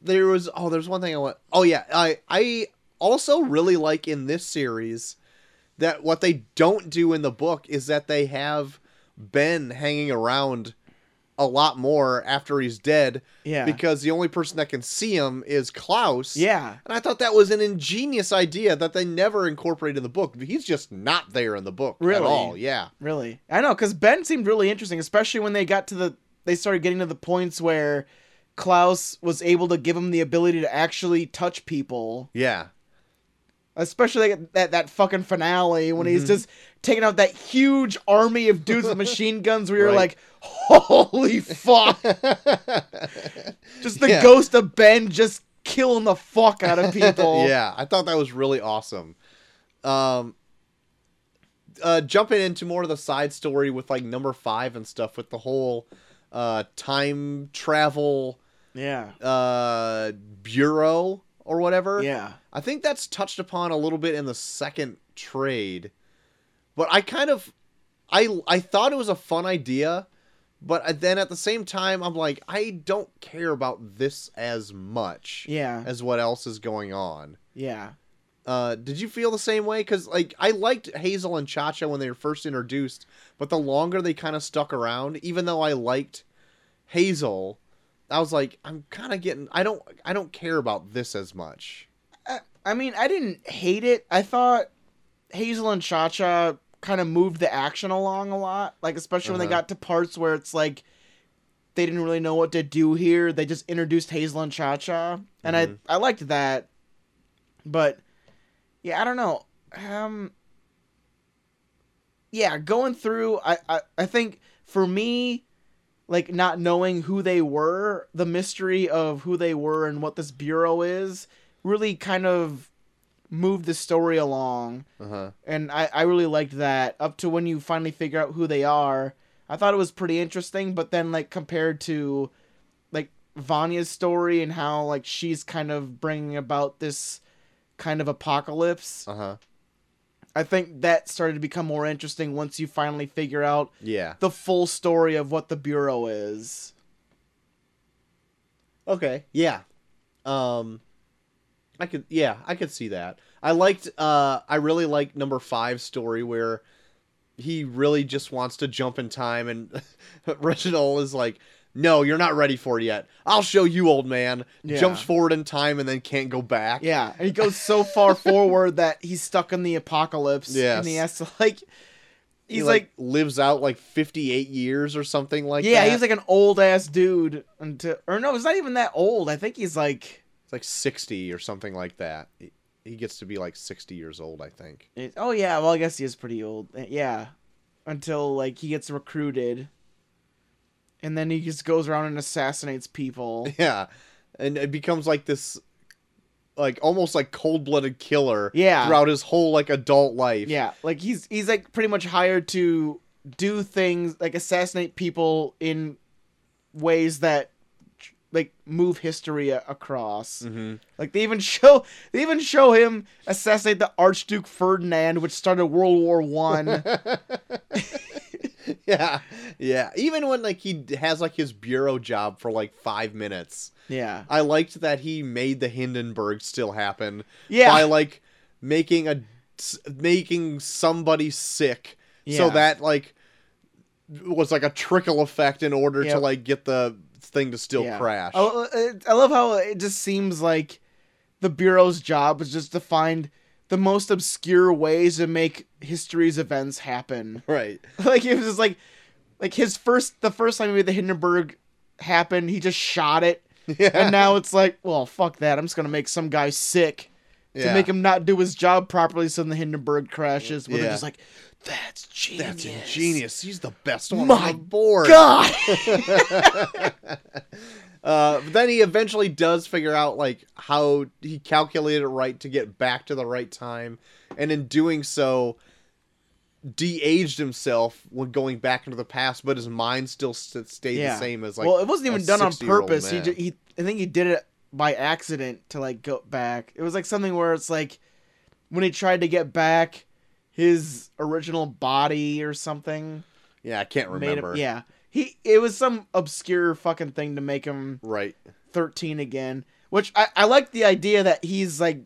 [SPEAKER 2] there was oh, there's one thing I want. Oh yeah, I I also really like in this series that what they don't do in the book is that they have Ben hanging around a lot more after he's dead
[SPEAKER 1] Yeah.
[SPEAKER 2] because the only person that can see him is Klaus.
[SPEAKER 1] yeah.
[SPEAKER 2] And I thought that was an ingenious idea that they never incorporated in the book. He's just not there in the book at
[SPEAKER 1] Really?
[SPEAKER 2] all. Yeah.
[SPEAKER 1] Really, I know because Ben seemed really interesting, especially when they got to the they started getting to the points where Klaus was able to give him the ability to actually touch people.
[SPEAKER 2] Yeah.
[SPEAKER 1] Especially that that, that fucking finale when he's
[SPEAKER 2] Mhm.
[SPEAKER 1] just taking out that huge army of dudes with machine guns. Where you're
[SPEAKER 2] Right.
[SPEAKER 1] like, holy fuck! just the
[SPEAKER 2] Yeah.
[SPEAKER 1] ghost of Ben just killing the fuck out of people.
[SPEAKER 2] yeah, I thought that was really awesome. Um, uh, jumping into more of the side story with like number five and stuff with the whole uh, time travel
[SPEAKER 1] yeah,
[SPEAKER 2] uh, bureau or whatever.
[SPEAKER 1] yeah.
[SPEAKER 2] I think that's touched upon a little bit in the second trade, but I kind of, I I thought it was a fun idea, but I- then at the same time I'm like I don't care about this as much
[SPEAKER 1] Yeah,
[SPEAKER 2] as what else is going on.
[SPEAKER 1] yeah,
[SPEAKER 2] Uh, did you feel the same way? Because like I liked Hazel and Chacha when they were first introduced, but the longer they kind of stuck around, even though I liked Hazel, I was like, I'm kind of getting. I don't. I don't care about this as much.
[SPEAKER 1] I, I mean, I didn't hate it. I thought Hazel and Cha Cha kind of moved the action along a lot, like especially when they
[SPEAKER 2] Uh-huh.
[SPEAKER 1] got to parts where it's like they didn't really know what to do here. They just introduced Hazel and Cha Cha, and
[SPEAKER 2] Mhm.
[SPEAKER 1] I I liked that, but yeah, I don't know. Um, yeah, going through, I I, I think for me. Like not knowing who they were, the mystery of who they were and what this bureau is, really kind of moved the story along
[SPEAKER 2] Uh huh.
[SPEAKER 1] and I, I really liked that up to when you finally figure out who they are i thought it was pretty interesting but then like compared to like vanya's story and how like she's kind of bringing about this kind of apocalypse
[SPEAKER 2] Uh huh.
[SPEAKER 1] i think that started to become more interesting once you finally figure out
[SPEAKER 2] Yeah.
[SPEAKER 1] the full story of what the bureau is
[SPEAKER 2] Okay. Yeah. Um I could yeah, I could see that. I liked uh I really liked number 5 story where he really just wants to jump in time and Reginald is like, "No, you're not ready for it yet. I'll show you, old man."
[SPEAKER 1] Yeah.
[SPEAKER 2] Jumps forward in time and then can't go back.
[SPEAKER 1] Yeah, and he goes so far forward that he's stuck in the apocalypse.
[SPEAKER 2] Yes.
[SPEAKER 1] and he has to like,
[SPEAKER 2] He,
[SPEAKER 1] he's like,
[SPEAKER 2] lives out like 58 years or something like
[SPEAKER 1] yeah,
[SPEAKER 2] that.
[SPEAKER 1] he's like an old ass dude until, or no, he's not even that old. I think he's like,
[SPEAKER 2] it's like 60 or something like that. He- He gets to be like 60 years old, I think.
[SPEAKER 1] it- oh yeah, well I guess he is pretty old. Uh, Yeah, until like he gets recruited, and then he just goes around and assassinates people.
[SPEAKER 2] Yeah, and it becomes like this, like almost like cold blooded killer.
[SPEAKER 1] Yeah.
[SPEAKER 2] throughout his whole like adult life.
[SPEAKER 1] Yeah, like he's he's like pretty much hired to do things like assassinate people in ways that like move history a- across.
[SPEAKER 2] Mhm.
[SPEAKER 1] Like they even show they even show him assassinate the Archduke Ferdinand, which started World War One.
[SPEAKER 2] yeah, yeah. Even when like he d- has like his bureau job for like five minutes,
[SPEAKER 1] yeah,
[SPEAKER 2] I liked that he made the Hindenburg still happen by
[SPEAKER 1] yeah,
[SPEAKER 2] like making a s- making somebody sick, so
[SPEAKER 1] Yeah.
[SPEAKER 2] that like was like a trickle effect in order to
[SPEAKER 1] Yep.
[SPEAKER 2] like get the thing to still
[SPEAKER 1] yeah. Oh.
[SPEAKER 2] crash.
[SPEAKER 1] I, uh, I- I love how it just seems like the bureau's job is just to find the most obscure ways to make history's events happen.
[SPEAKER 2] Right.
[SPEAKER 1] like it was just like like his first the first time maybe the Hindenburg happened, he just shot it.
[SPEAKER 2] Yeah.
[SPEAKER 1] And now it's like, well, fuck that. I'm just gonna make some guy sick to
[SPEAKER 2] Yeah.
[SPEAKER 1] make him not do his job properly so then the Hindenburg crashes where
[SPEAKER 2] Yeah.
[SPEAKER 1] they're just like, That's genius.
[SPEAKER 2] That's ingenious. He's the best one
[SPEAKER 1] My
[SPEAKER 2] on the board.
[SPEAKER 1] God
[SPEAKER 2] Uh, but then he eventually does figure out like how he calculated it right to get back to the right time, and in doing so, de-aged himself when going back into the past, but his mind still st- stayed the
[SPEAKER 1] Yeah.
[SPEAKER 2] same as like.
[SPEAKER 1] Well, it wasn't
[SPEAKER 2] a
[SPEAKER 1] even done on
[SPEAKER 2] 60-year-old
[SPEAKER 1] purpose. He,
[SPEAKER 2] man.
[SPEAKER 1] ju- he I think he did it by accident to like go back. It was like something where it's like when he tried to get back his original body or something.
[SPEAKER 2] Yeah, I can't
[SPEAKER 1] Made
[SPEAKER 2] remember.
[SPEAKER 1] him, yeah. He it was some obscure fucking thing to make him
[SPEAKER 2] Right.
[SPEAKER 1] 13 again which i, I like the idea that he's like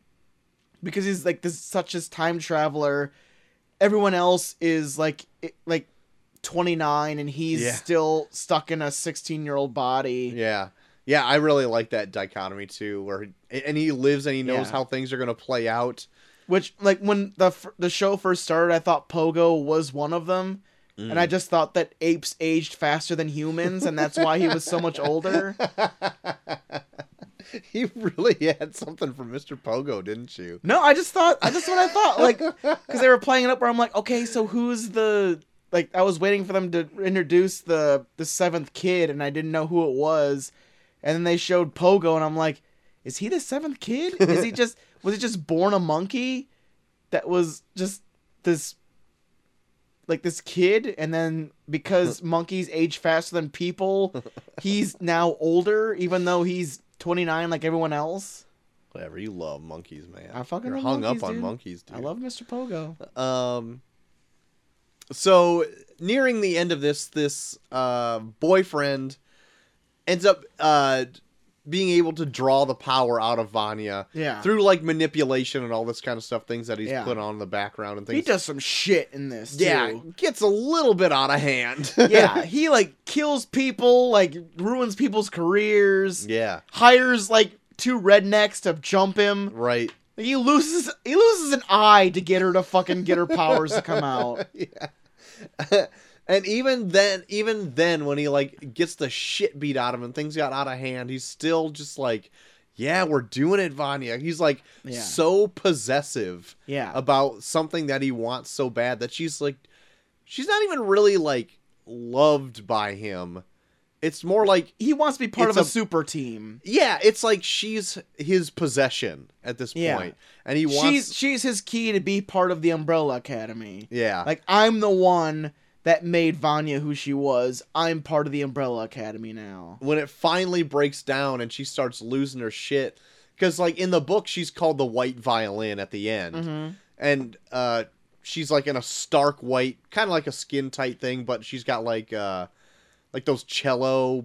[SPEAKER 1] because he's like this such as time traveler everyone else is like i- like 29 and he's
[SPEAKER 2] Yeah.
[SPEAKER 1] still stuck in a 16 year old body
[SPEAKER 2] Yeah. Yeah, I really like that dichotomy too, where he, and he lives and he knows
[SPEAKER 1] Yeah.
[SPEAKER 2] how things are gonna play out.
[SPEAKER 1] which like when the f- the show first started i thought pogo was one of them and i just thought that apes aged faster than humans and that's why he was so much older
[SPEAKER 2] He really had something from Mr. Pogo, didn't you?
[SPEAKER 1] No, I just thought I just what I thought like because they were playing it up where I'm like, okay, so who's the like I was waiting for them to introduce the the seventh kid and I didn't know who it was, and then they showed Pogo and I'm like, is he the seventh kid? Is he just was he just born a monkey that was just this like this kid and then because monkeys age faster than people, he's now older even though he's 29 like everyone else.
[SPEAKER 2] Whatever, you love monkeys, man.
[SPEAKER 1] I fucking
[SPEAKER 2] You're
[SPEAKER 1] love
[SPEAKER 2] hung
[SPEAKER 1] monkeys,
[SPEAKER 2] up on
[SPEAKER 1] dude.
[SPEAKER 2] monkeys, dude.
[SPEAKER 1] I love Mr. Pogo.
[SPEAKER 2] Um, so nearing the end of this, this uh, boyfriend ends up uh, being able to draw the power out of Vanya
[SPEAKER 1] Yeah.
[SPEAKER 2] through like manipulation and all this kind of stuff, things that he's
[SPEAKER 1] Yeah.
[SPEAKER 2] put on in the background and
[SPEAKER 1] He
[SPEAKER 2] things.
[SPEAKER 1] does some shit in this.
[SPEAKER 2] yeah,
[SPEAKER 1] too.
[SPEAKER 2] gets a little bit out of hand.
[SPEAKER 1] yeah. He like kills people, like ruins people's careers.
[SPEAKER 2] yeah,
[SPEAKER 1] Hires like two rednecks to jump him.
[SPEAKER 2] right.
[SPEAKER 1] He loses. He loses an eye to get her to fucking get her powers to come out.
[SPEAKER 2] And even then, even then, when he like gets the shit beat out of him, things got out of hand. He's still just like, "Yeah, we're doing it, Vanya." He's like
[SPEAKER 1] Yeah.
[SPEAKER 2] so possessive
[SPEAKER 1] Yeah.
[SPEAKER 2] about something that he wants so bad that she's like, she's not even really like loved by him. It's more like,
[SPEAKER 1] he wants to be part
[SPEAKER 2] It's
[SPEAKER 1] of a,
[SPEAKER 2] a-
[SPEAKER 1] super team.
[SPEAKER 2] yeah, it's like she's his possession at this
[SPEAKER 1] Yeah.
[SPEAKER 2] point, and he wants,
[SPEAKER 1] She's she's his key to be part of the Umbrella Academy.
[SPEAKER 2] yeah,
[SPEAKER 1] Like I'm the one that made Vanya who she was. I'm part of the Umbrella Academy now.
[SPEAKER 2] when it finally breaks down and she starts losing her shit because like in the book she's called the white violin at the end
[SPEAKER 1] Mm-hmm.
[SPEAKER 2] and uh she's like in a stark white kind of like a skin tight thing but she's got like uh like those cello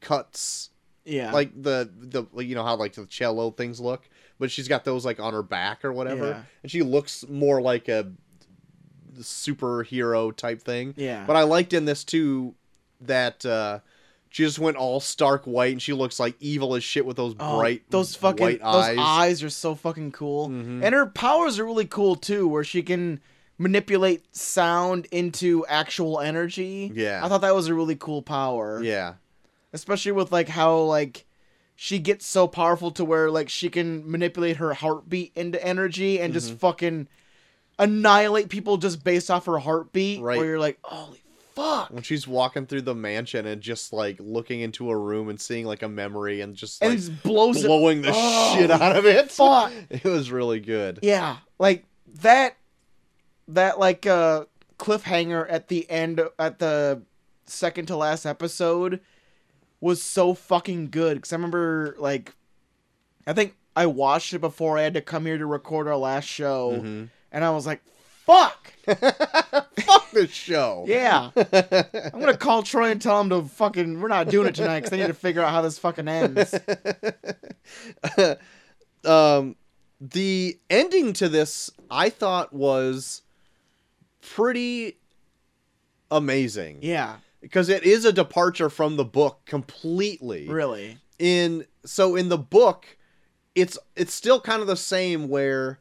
[SPEAKER 2] cuts
[SPEAKER 1] Yeah.
[SPEAKER 2] like the the like, you know how like the cello things look but she's got those like on her back or whatever
[SPEAKER 1] Yeah.
[SPEAKER 2] and she looks more like a superhero type thing
[SPEAKER 1] Yeah.
[SPEAKER 2] but i liked in this too that uh she just went all stark white and she looks like evil as shit with those
[SPEAKER 1] Oh,
[SPEAKER 2] bright
[SPEAKER 1] those fucking
[SPEAKER 2] white
[SPEAKER 1] those
[SPEAKER 2] eyes.
[SPEAKER 1] eyes. are so fucking cool
[SPEAKER 2] Mhm.
[SPEAKER 1] and her powers are really cool too where she can manipulate sound into actual energy
[SPEAKER 2] Yeah.
[SPEAKER 1] i thought that was a really cool power
[SPEAKER 2] yeah
[SPEAKER 1] especially with like how like she gets so powerful to where like she can manipulate her heartbeat into energy and
[SPEAKER 2] Mm-hmm.
[SPEAKER 1] just fucking annihilate people just based off her heartbeat
[SPEAKER 2] Right. Mm-hmm.
[SPEAKER 1] where you're like holy fuck
[SPEAKER 2] when she's walking through the mansion and just like looking into a room and seeing like a memory and just
[SPEAKER 1] and
[SPEAKER 2] like
[SPEAKER 1] it just blows it
[SPEAKER 2] blowing the
[SPEAKER 1] Oh,
[SPEAKER 2] shit out of it
[SPEAKER 1] fuck.
[SPEAKER 2] it was really good
[SPEAKER 1] Yeah, like that that like uh cliffhanger at the end at the second to last episode was so fucking good cuz I remember like I think I watched it before I had to come here to record our last show
[SPEAKER 2] Mhm.
[SPEAKER 1] and I was like fuck.
[SPEAKER 2] fuck this show
[SPEAKER 1] Yeah. I'm going to call Troy and tell him to fucking we're not doing it tonight cuz they need to figure out how this fucking ends.
[SPEAKER 2] um the ending to this i thought was pretty amazing
[SPEAKER 1] Yeah,
[SPEAKER 2] because it is a departure from the book completely
[SPEAKER 1] really.
[SPEAKER 2] in so in the book it's it's still kind of the same where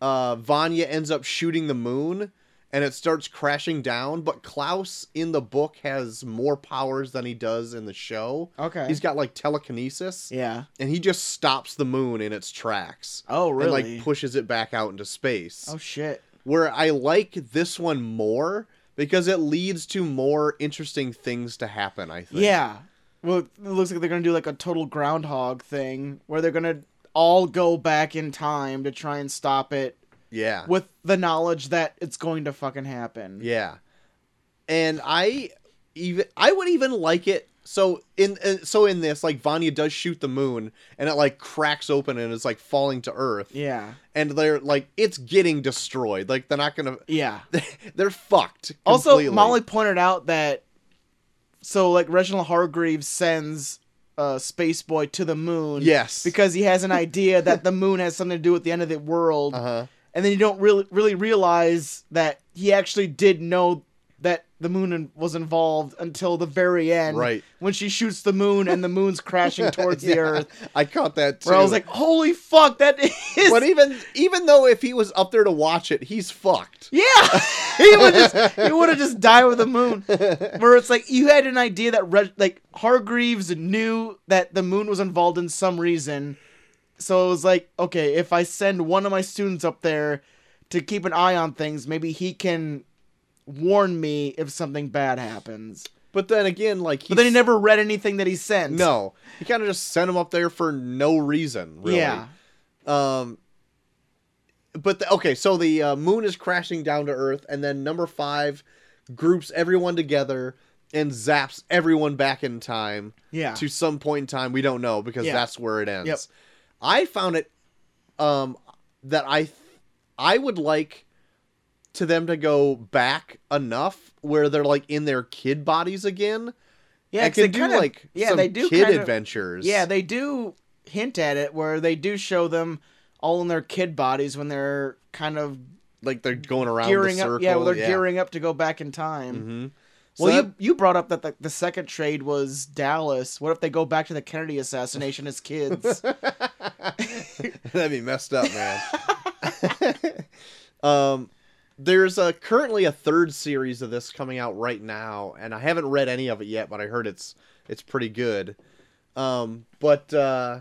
[SPEAKER 2] uh vanya ends up shooting the moon and it starts crashing down but klaus in the book has more powers than he does in the show
[SPEAKER 1] Okay.
[SPEAKER 2] he's got like telekinesis
[SPEAKER 1] yeah.
[SPEAKER 2] and he just stops the moon in its tracks
[SPEAKER 1] Oh, really?
[SPEAKER 2] and like pushes it back out into space.
[SPEAKER 1] oh shit.
[SPEAKER 2] Where I like this one more because it leads to more interesting things to happen, I think.
[SPEAKER 1] Yeah. Well, it looks like they're gonna do like a total groundhog thing where they're gonna all go back in time to try and stop it
[SPEAKER 2] Yeah.
[SPEAKER 1] with the knowledge that it's going to fucking happen.
[SPEAKER 2] Yeah. And I even I would even like it So in and so in this, like Vanya does shoot the moon, and it like cracks open and is like falling to Earth,
[SPEAKER 1] Yeah.
[SPEAKER 2] and they're like it's getting destroyed. Like they're not gonna,
[SPEAKER 1] Yeah.
[SPEAKER 2] they're fucked.
[SPEAKER 1] Also,
[SPEAKER 2] completely.
[SPEAKER 1] Molly pointed out that so like Reginald Hargreaves sends uh Space Boy to the moon.
[SPEAKER 2] Yes.
[SPEAKER 1] Because he has an idea that the moon has something to do with the end of the world.
[SPEAKER 2] Uh huh.
[SPEAKER 1] And then you don't really really realize that he actually did know that the moon in- was involved until the very end.
[SPEAKER 2] Right.
[SPEAKER 1] When she shoots the moon and the moon's crashing towards the
[SPEAKER 2] Yeah,
[SPEAKER 1] earth.
[SPEAKER 2] I caught that too.
[SPEAKER 1] Where I was like, holy fuck, that is
[SPEAKER 2] but even even though if he was up there to watch it, he's fucked.
[SPEAKER 1] Yeah, he would just he would have just died with the moon. Where it's like you had an idea that Reg, like Hargreaves knew that the moon was involved in some reason, so it was like okay, if I send one of my students up there to keep an eye on things, maybe he can warn me if something bad happens.
[SPEAKER 2] But then again, like he's,
[SPEAKER 1] But then he never read anything that he sent.
[SPEAKER 2] no, he kind of just sent him up there for no reason. Really.
[SPEAKER 1] Yeah.
[SPEAKER 2] Um, but the, okay, so the uh, moon is crashing down to Earth, and then number five groups everyone together and zaps everyone back in time
[SPEAKER 1] Yeah.
[SPEAKER 2] to some point in time we don't know because
[SPEAKER 1] Yeah.
[SPEAKER 2] that's where it ends.
[SPEAKER 1] Yep.
[SPEAKER 2] I found it um, that I th- I would like to them to go back enough where they're like in their kid bodies again.
[SPEAKER 1] yeah,
[SPEAKER 2] and
[SPEAKER 1] 'cause they
[SPEAKER 2] can do
[SPEAKER 1] kinda-
[SPEAKER 2] like
[SPEAKER 1] yeah,
[SPEAKER 2] some
[SPEAKER 1] they do
[SPEAKER 2] kid
[SPEAKER 1] kinda-
[SPEAKER 2] adventures.
[SPEAKER 1] Yeah, they do hint at it where they do show them all in their kid bodies when they're kind of
[SPEAKER 2] like they're going around
[SPEAKER 1] gearing
[SPEAKER 2] the circle.
[SPEAKER 1] up. Yeah, well, they're gearing up to go back in time.
[SPEAKER 2] hmm
[SPEAKER 1] well, you you brought up that the, the second trade was Dallas. What if they go back to the Kennedy assassination as kids?
[SPEAKER 2] That'd be messed up, man. um, there's uh currently a third series of this coming out right now, and I haven't read any of it yet, but I heard it's it's pretty good. Um, but uh,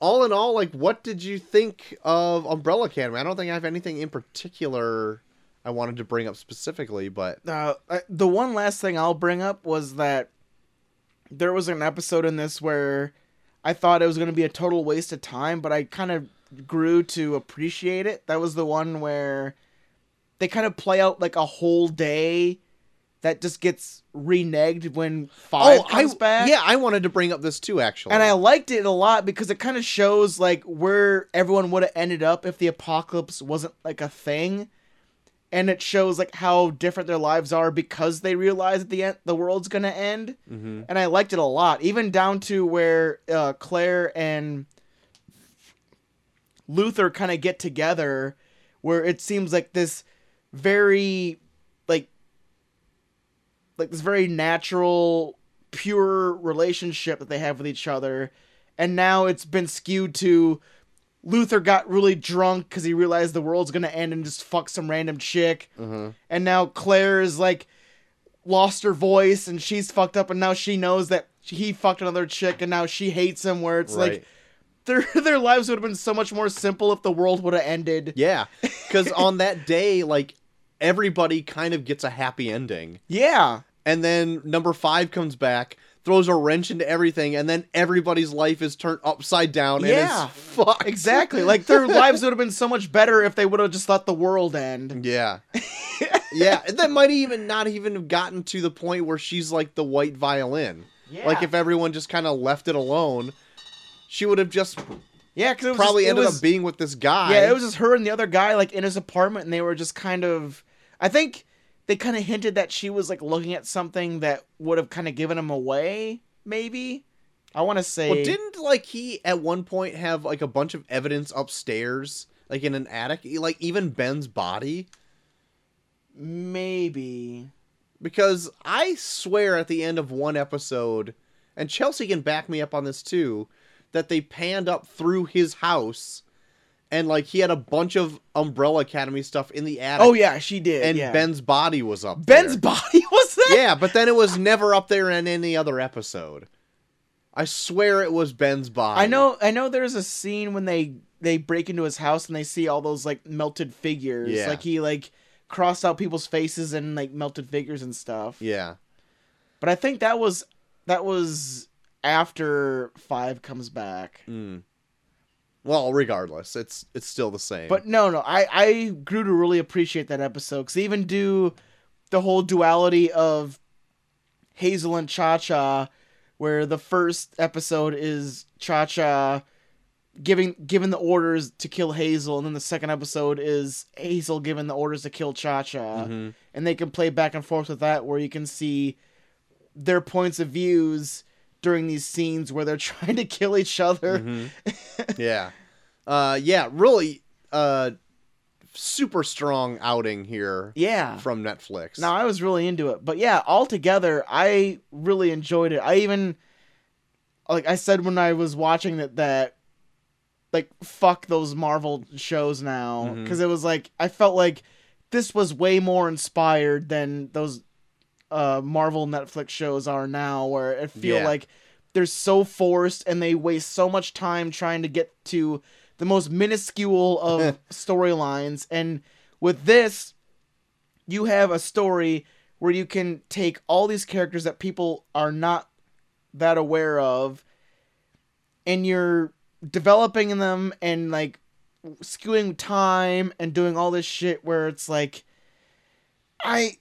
[SPEAKER 2] all in all, like, what did you think of Umbrella Academy? I don't think I have anything in particular I wanted to bring up specifically, but
[SPEAKER 1] uh, I- the one last thing I'll bring up was that there was an episode in this where I thought it was going to be a total waste of time, but I kind of grew to appreciate it. That was the one where they kind of play out like a whole day that just gets reneged when five comes
[SPEAKER 2] Oh, I
[SPEAKER 1] back.
[SPEAKER 2] yeah, I wanted to bring up this too, actually.
[SPEAKER 1] And I liked it a lot because it kind of shows like where everyone would have ended up if the apocalypse wasn't like a thing. And it shows like how different their lives are because they realize at the end the world's gonna end.
[SPEAKER 2] Mhm.
[SPEAKER 1] And I liked it a lot, even down to where uh, Claire and Luther kind of get together, where it seems like this very like like this very natural pure relationship that they have with each other and now it's been skewed to luther got really drunk because he realized the world's gonna end and just fuck some random chick
[SPEAKER 2] Mhm.
[SPEAKER 1] and now claire is like lost her voice and she's fucked up and now she knows that he fucked another chick and now she hates him where it's
[SPEAKER 2] Right.
[SPEAKER 1] like their their lives would have been so much more simple if the world would have ended
[SPEAKER 2] Yeah, because on that day, like everybody kind of gets a happy ending,
[SPEAKER 1] yeah
[SPEAKER 2] and then number five comes back, throws a wrench into everything, and then everybody's life is turned upside down.
[SPEAKER 1] Yeah.
[SPEAKER 2] and it's fucked.
[SPEAKER 1] Exactly. Like their lives would have been so much better if they would have just let the world end.
[SPEAKER 2] Yeah, yeah. and That might even not even have gotten to the point where she's like the white violin.
[SPEAKER 1] Yeah.
[SPEAKER 2] Like if everyone just kind of left it alone, she would have just
[SPEAKER 1] Yeah, because it was
[SPEAKER 2] probably
[SPEAKER 1] just, it
[SPEAKER 2] ended
[SPEAKER 1] was,
[SPEAKER 2] up being with this guy.
[SPEAKER 1] Yeah, it was just her and the other guy like in his apartment, and they were just kind of. I think they kind of hinted that she was like looking at something that would have kind of given him away. Maybe. I want to say.
[SPEAKER 2] Well, didn't like he at one point have like a bunch of evidence upstairs, like in an attic, E- like even Ben's body?
[SPEAKER 1] maybe.
[SPEAKER 2] Because I swear at the end of one episode, and Chelsea can back me up on this too, that they panned up through his house, and like he had a bunch of Umbrella Academy stuff in the attic.
[SPEAKER 1] Oh yeah, she did.
[SPEAKER 2] and
[SPEAKER 1] yeah.
[SPEAKER 2] Ben's body was up.
[SPEAKER 1] Ben's
[SPEAKER 2] there.
[SPEAKER 1] body was that.
[SPEAKER 2] yeah, but then it was never up there in any other episode. I swear it was Ben's body.
[SPEAKER 1] I know I know there's a scene when they they break into his house and they see all those like melted figures.
[SPEAKER 2] Yeah.
[SPEAKER 1] Like he like crossed out people's faces and like melted figures and stuff.
[SPEAKER 2] Yeah.
[SPEAKER 1] But I think that was that was after 5 comes back.
[SPEAKER 2] Mm. Well, regardless, it's it's still the same.
[SPEAKER 1] But no, no, I I grew to really appreciate that episode cuz even do the whole duality of Hazel and Cha Cha, where the first episode is Cha Cha giving giving the orders to kill Hazel, and then the second episode is Hazel giving the orders to kill Cha Cha,
[SPEAKER 2] Mhm.
[SPEAKER 1] and they can play back and forth with that, where you can see their points of views during these scenes where they're trying to kill each
[SPEAKER 2] Mm-hmm.
[SPEAKER 1] other.
[SPEAKER 2] yeah. Uh, yeah, really uh, super strong outing here
[SPEAKER 1] Yeah.
[SPEAKER 2] from Netflix.
[SPEAKER 1] No, I was really into it. But yeah, altogether, I really enjoyed it. I even, like I said when I was watching that, that, like, fuck those Marvel shows now.
[SPEAKER 2] Mhm.
[SPEAKER 1] Because it was like, I felt like this was way more inspired than those uh, Marvel Netflix shows are now, where it feel
[SPEAKER 2] Yeah.
[SPEAKER 1] like they're so forced and they waste so much time trying to get to the most minuscule of storylines. And with this, you have a story where you can take all these characters that people are not that aware of and you're developing them and like skewing time and doing all this shit where it's like i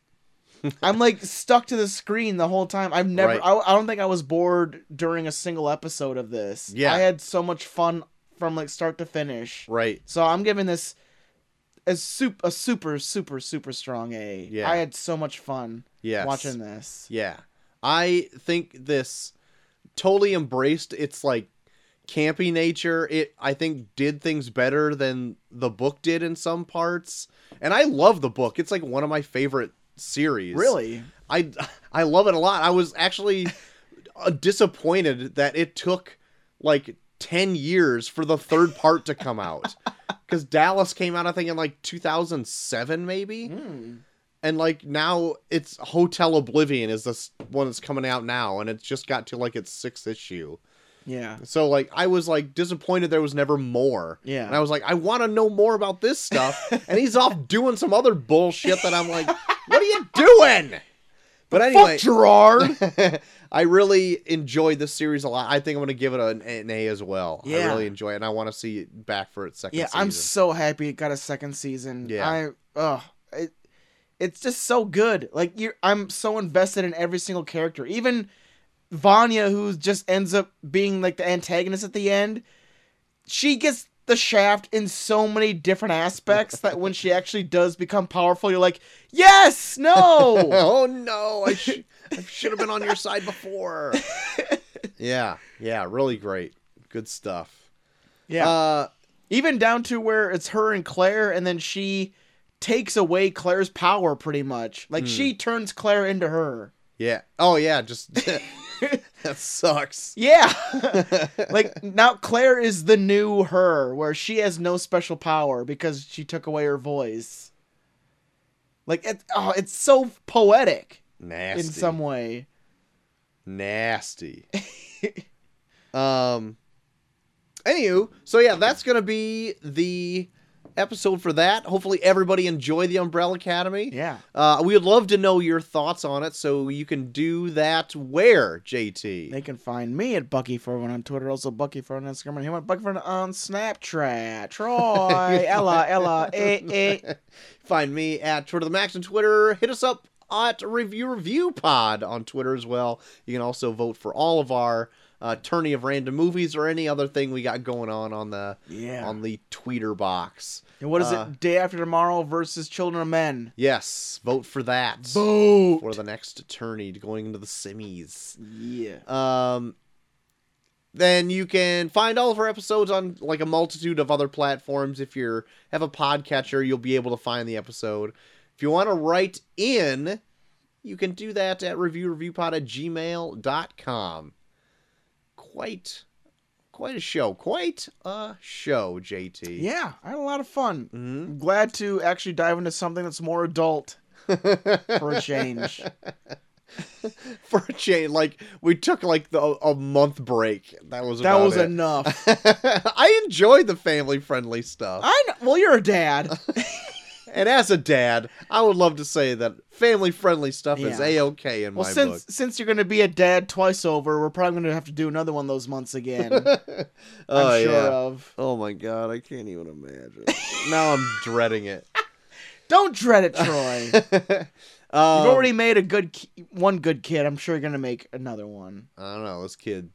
[SPEAKER 1] i'm like stuck to the screen the whole time i've never
[SPEAKER 2] Right.
[SPEAKER 1] I, I don't think i was bored during a single episode of this
[SPEAKER 2] Yeah.
[SPEAKER 1] i had so much fun from like start to finish
[SPEAKER 2] Right.
[SPEAKER 1] so I'm giving this a super, a super, super, super strong A.
[SPEAKER 2] Yeah.
[SPEAKER 1] I had so much fun
[SPEAKER 2] Yes.
[SPEAKER 1] watching this.
[SPEAKER 2] Yeah. I think this totally embraced its like campy nature. It I think did things better than the book did in some parts. And I love the book. It's like one of my favorite series.
[SPEAKER 1] Really?
[SPEAKER 2] I I love it a lot. I was actually uh, disappointed that it took like 10 years for the third part to come out. Cuz Dallas came out I think in like 2007 maybe
[SPEAKER 1] Mm.
[SPEAKER 2] and like now it's Hotel Oblivion is this one that's coming out now, and it's just got to like its sixth issue.
[SPEAKER 1] Yeah.
[SPEAKER 2] So like I was like disappointed there was never more.
[SPEAKER 1] Yeah.
[SPEAKER 2] And I was like, I want to know more about this stuff, and he's off doing some other bullshit that I'm like, what are you doing? But anyway,
[SPEAKER 1] Fuck Gerard.
[SPEAKER 2] I really enjoyed this series a lot. I think I'm gonna give it an, an A as well. I
[SPEAKER 1] Yeah.
[SPEAKER 2] really enjoy it, and I want to see it back for its second.
[SPEAKER 1] yeah, I'm
[SPEAKER 2] season.
[SPEAKER 1] so happy it got a second season.
[SPEAKER 2] Yeah.
[SPEAKER 1] I ugh, it, it's just so good. Like you I'm so invested in every single character. Even Vanya who just ends up being like the antagonist at the end. She gets the shaft in so many different aspects that when she actually does become powerful you're like, "Yes! No!"
[SPEAKER 2] oh no i, sh- I should have been on your side before yeah yeah really great good stuff
[SPEAKER 1] yeah.
[SPEAKER 2] uh
[SPEAKER 1] Even down to where it's her and Claire, and then she takes away Claire's power pretty much. Like
[SPEAKER 2] Hmm.
[SPEAKER 1] she turns Claire into her.
[SPEAKER 2] yeah oh yeah just that sucks
[SPEAKER 1] Yeah. like now Claire is the new her, where she has no special power because she took away her voice. Like it, oh, it's so poetic
[SPEAKER 2] nasty
[SPEAKER 1] in some way.
[SPEAKER 2] nasty um anywho so yeah that's gonna be the episode for that hopefully everybody enjoy the umbrella academy
[SPEAKER 1] Yeah.
[SPEAKER 2] uh, we would love to know your thoughts on it, so you can do that where, JT?
[SPEAKER 1] They can find me at Bucky for one on Twitter, also Bucky for on Instagram, and him at Bucky for one on Snapchat. Troy, Ella, Ella, eh, eh.
[SPEAKER 2] Find me at Twitter the Max on Twitter. Hit us up at Review Review Pod on Twitter as well. You can also vote for all of our uh, tourney of random movies or any other thing we got going on on the
[SPEAKER 1] Yeah.
[SPEAKER 2] on the tweeter box.
[SPEAKER 1] Um, And what is
[SPEAKER 2] Uh,
[SPEAKER 1] it? Day after tomorrow versus Children of Men.
[SPEAKER 2] Yes, vote for that
[SPEAKER 1] Vote.
[SPEAKER 2] for the next tourney going into the semis.
[SPEAKER 1] Yeah.
[SPEAKER 2] Um, then you can find all of our episodes on like a multitude of other platforms. If you have a podcatcher, you'll be able to find the episode. If you want to write in, you can do that at reviewreviewpod at gmail.com. Quite quite a show. Quite a show, JT.
[SPEAKER 1] Yeah. I had a lot of fun.
[SPEAKER 2] Mhm.
[SPEAKER 1] I'm glad to actually dive into something that's more adult for a change.
[SPEAKER 2] For a change, like we took like the, a month break. That was
[SPEAKER 1] that
[SPEAKER 2] about
[SPEAKER 1] was
[SPEAKER 2] it.
[SPEAKER 1] enough.
[SPEAKER 2] I enjoyed the family friendly stuff.
[SPEAKER 1] I know, well, you're a dad.
[SPEAKER 2] And as a dad, I would love to say that family friendly stuff is
[SPEAKER 1] Yeah.
[SPEAKER 2] a okay in
[SPEAKER 1] Well,
[SPEAKER 2] my
[SPEAKER 1] since since you're gonna be a dad twice over, we're probably gonna have to do another one of those months again. I'm
[SPEAKER 2] book. oh
[SPEAKER 1] sure uh,
[SPEAKER 2] yeah.
[SPEAKER 1] of.
[SPEAKER 2] Oh my god, I can't even imagine. now I'm dreading it.
[SPEAKER 1] Don't dread it, Troy.
[SPEAKER 2] Um,
[SPEAKER 1] You've already made a good ki- one good kid. I'm sure you're gonna make another one.
[SPEAKER 2] I don't know. This kid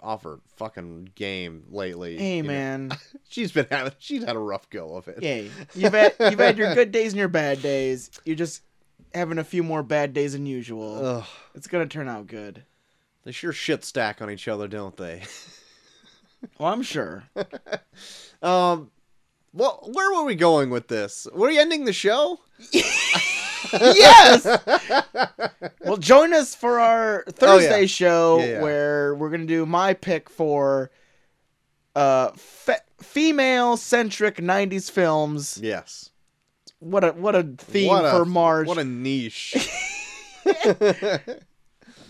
[SPEAKER 2] offered fucking game lately.
[SPEAKER 1] Hey
[SPEAKER 2] you know.
[SPEAKER 1] man,
[SPEAKER 2] she's been having. She's had a rough go of it.
[SPEAKER 1] hey, you've had you've had your good days and your bad days. You're just having a few more bad days than usual.
[SPEAKER 2] Ugh,
[SPEAKER 1] It's gonna turn out good.
[SPEAKER 2] they sure shit stack on each other, don't they?
[SPEAKER 1] Well, I'm sure.
[SPEAKER 2] Um, well, where were we going with this? Were we ending the show?
[SPEAKER 1] yes. well, join us for our Thursday show
[SPEAKER 2] Oh, Yeah, yeah.
[SPEAKER 1] where we're gonna do my pick for uh fe- female centric '90s films.
[SPEAKER 2] Yes.
[SPEAKER 1] What a what a theme
[SPEAKER 2] What a-
[SPEAKER 1] for March.
[SPEAKER 2] What a niche.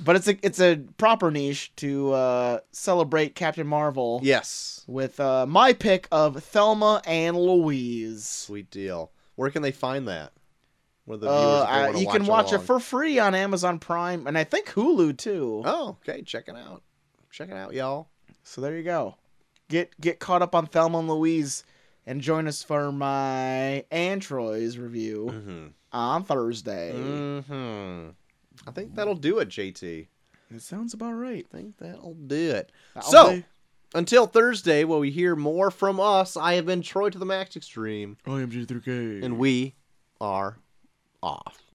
[SPEAKER 1] But it's a it's a proper niche to uh, celebrate Captain Marvel
[SPEAKER 2] yes.
[SPEAKER 1] with uh, my pick of Thelma and Louise.
[SPEAKER 2] Sweet deal. Where can they find that? Where the viewers
[SPEAKER 1] Uh,
[SPEAKER 2] if they
[SPEAKER 1] I-
[SPEAKER 2] wanna
[SPEAKER 1] you can watch it
[SPEAKER 2] along?
[SPEAKER 1] for free on Amazon Prime and I think Hulu too.
[SPEAKER 2] Oh, okay. Check it out. Check it out, y'all.
[SPEAKER 1] So there you go. Get get caught up on Thelma and Louise and join us for my and Troy's review
[SPEAKER 2] Mm-hmm.
[SPEAKER 1] on Thursday.
[SPEAKER 2] Mm-hmm. I think that'll do it, JT.
[SPEAKER 1] It sounds about right.
[SPEAKER 2] I think that'll do it.
[SPEAKER 1] That'll
[SPEAKER 2] So-
[SPEAKER 1] be-
[SPEAKER 2] Until Thursday, where we hear more from us, I have been Troy to the Max Extreme,
[SPEAKER 1] I am G3K.
[SPEAKER 2] and we are off.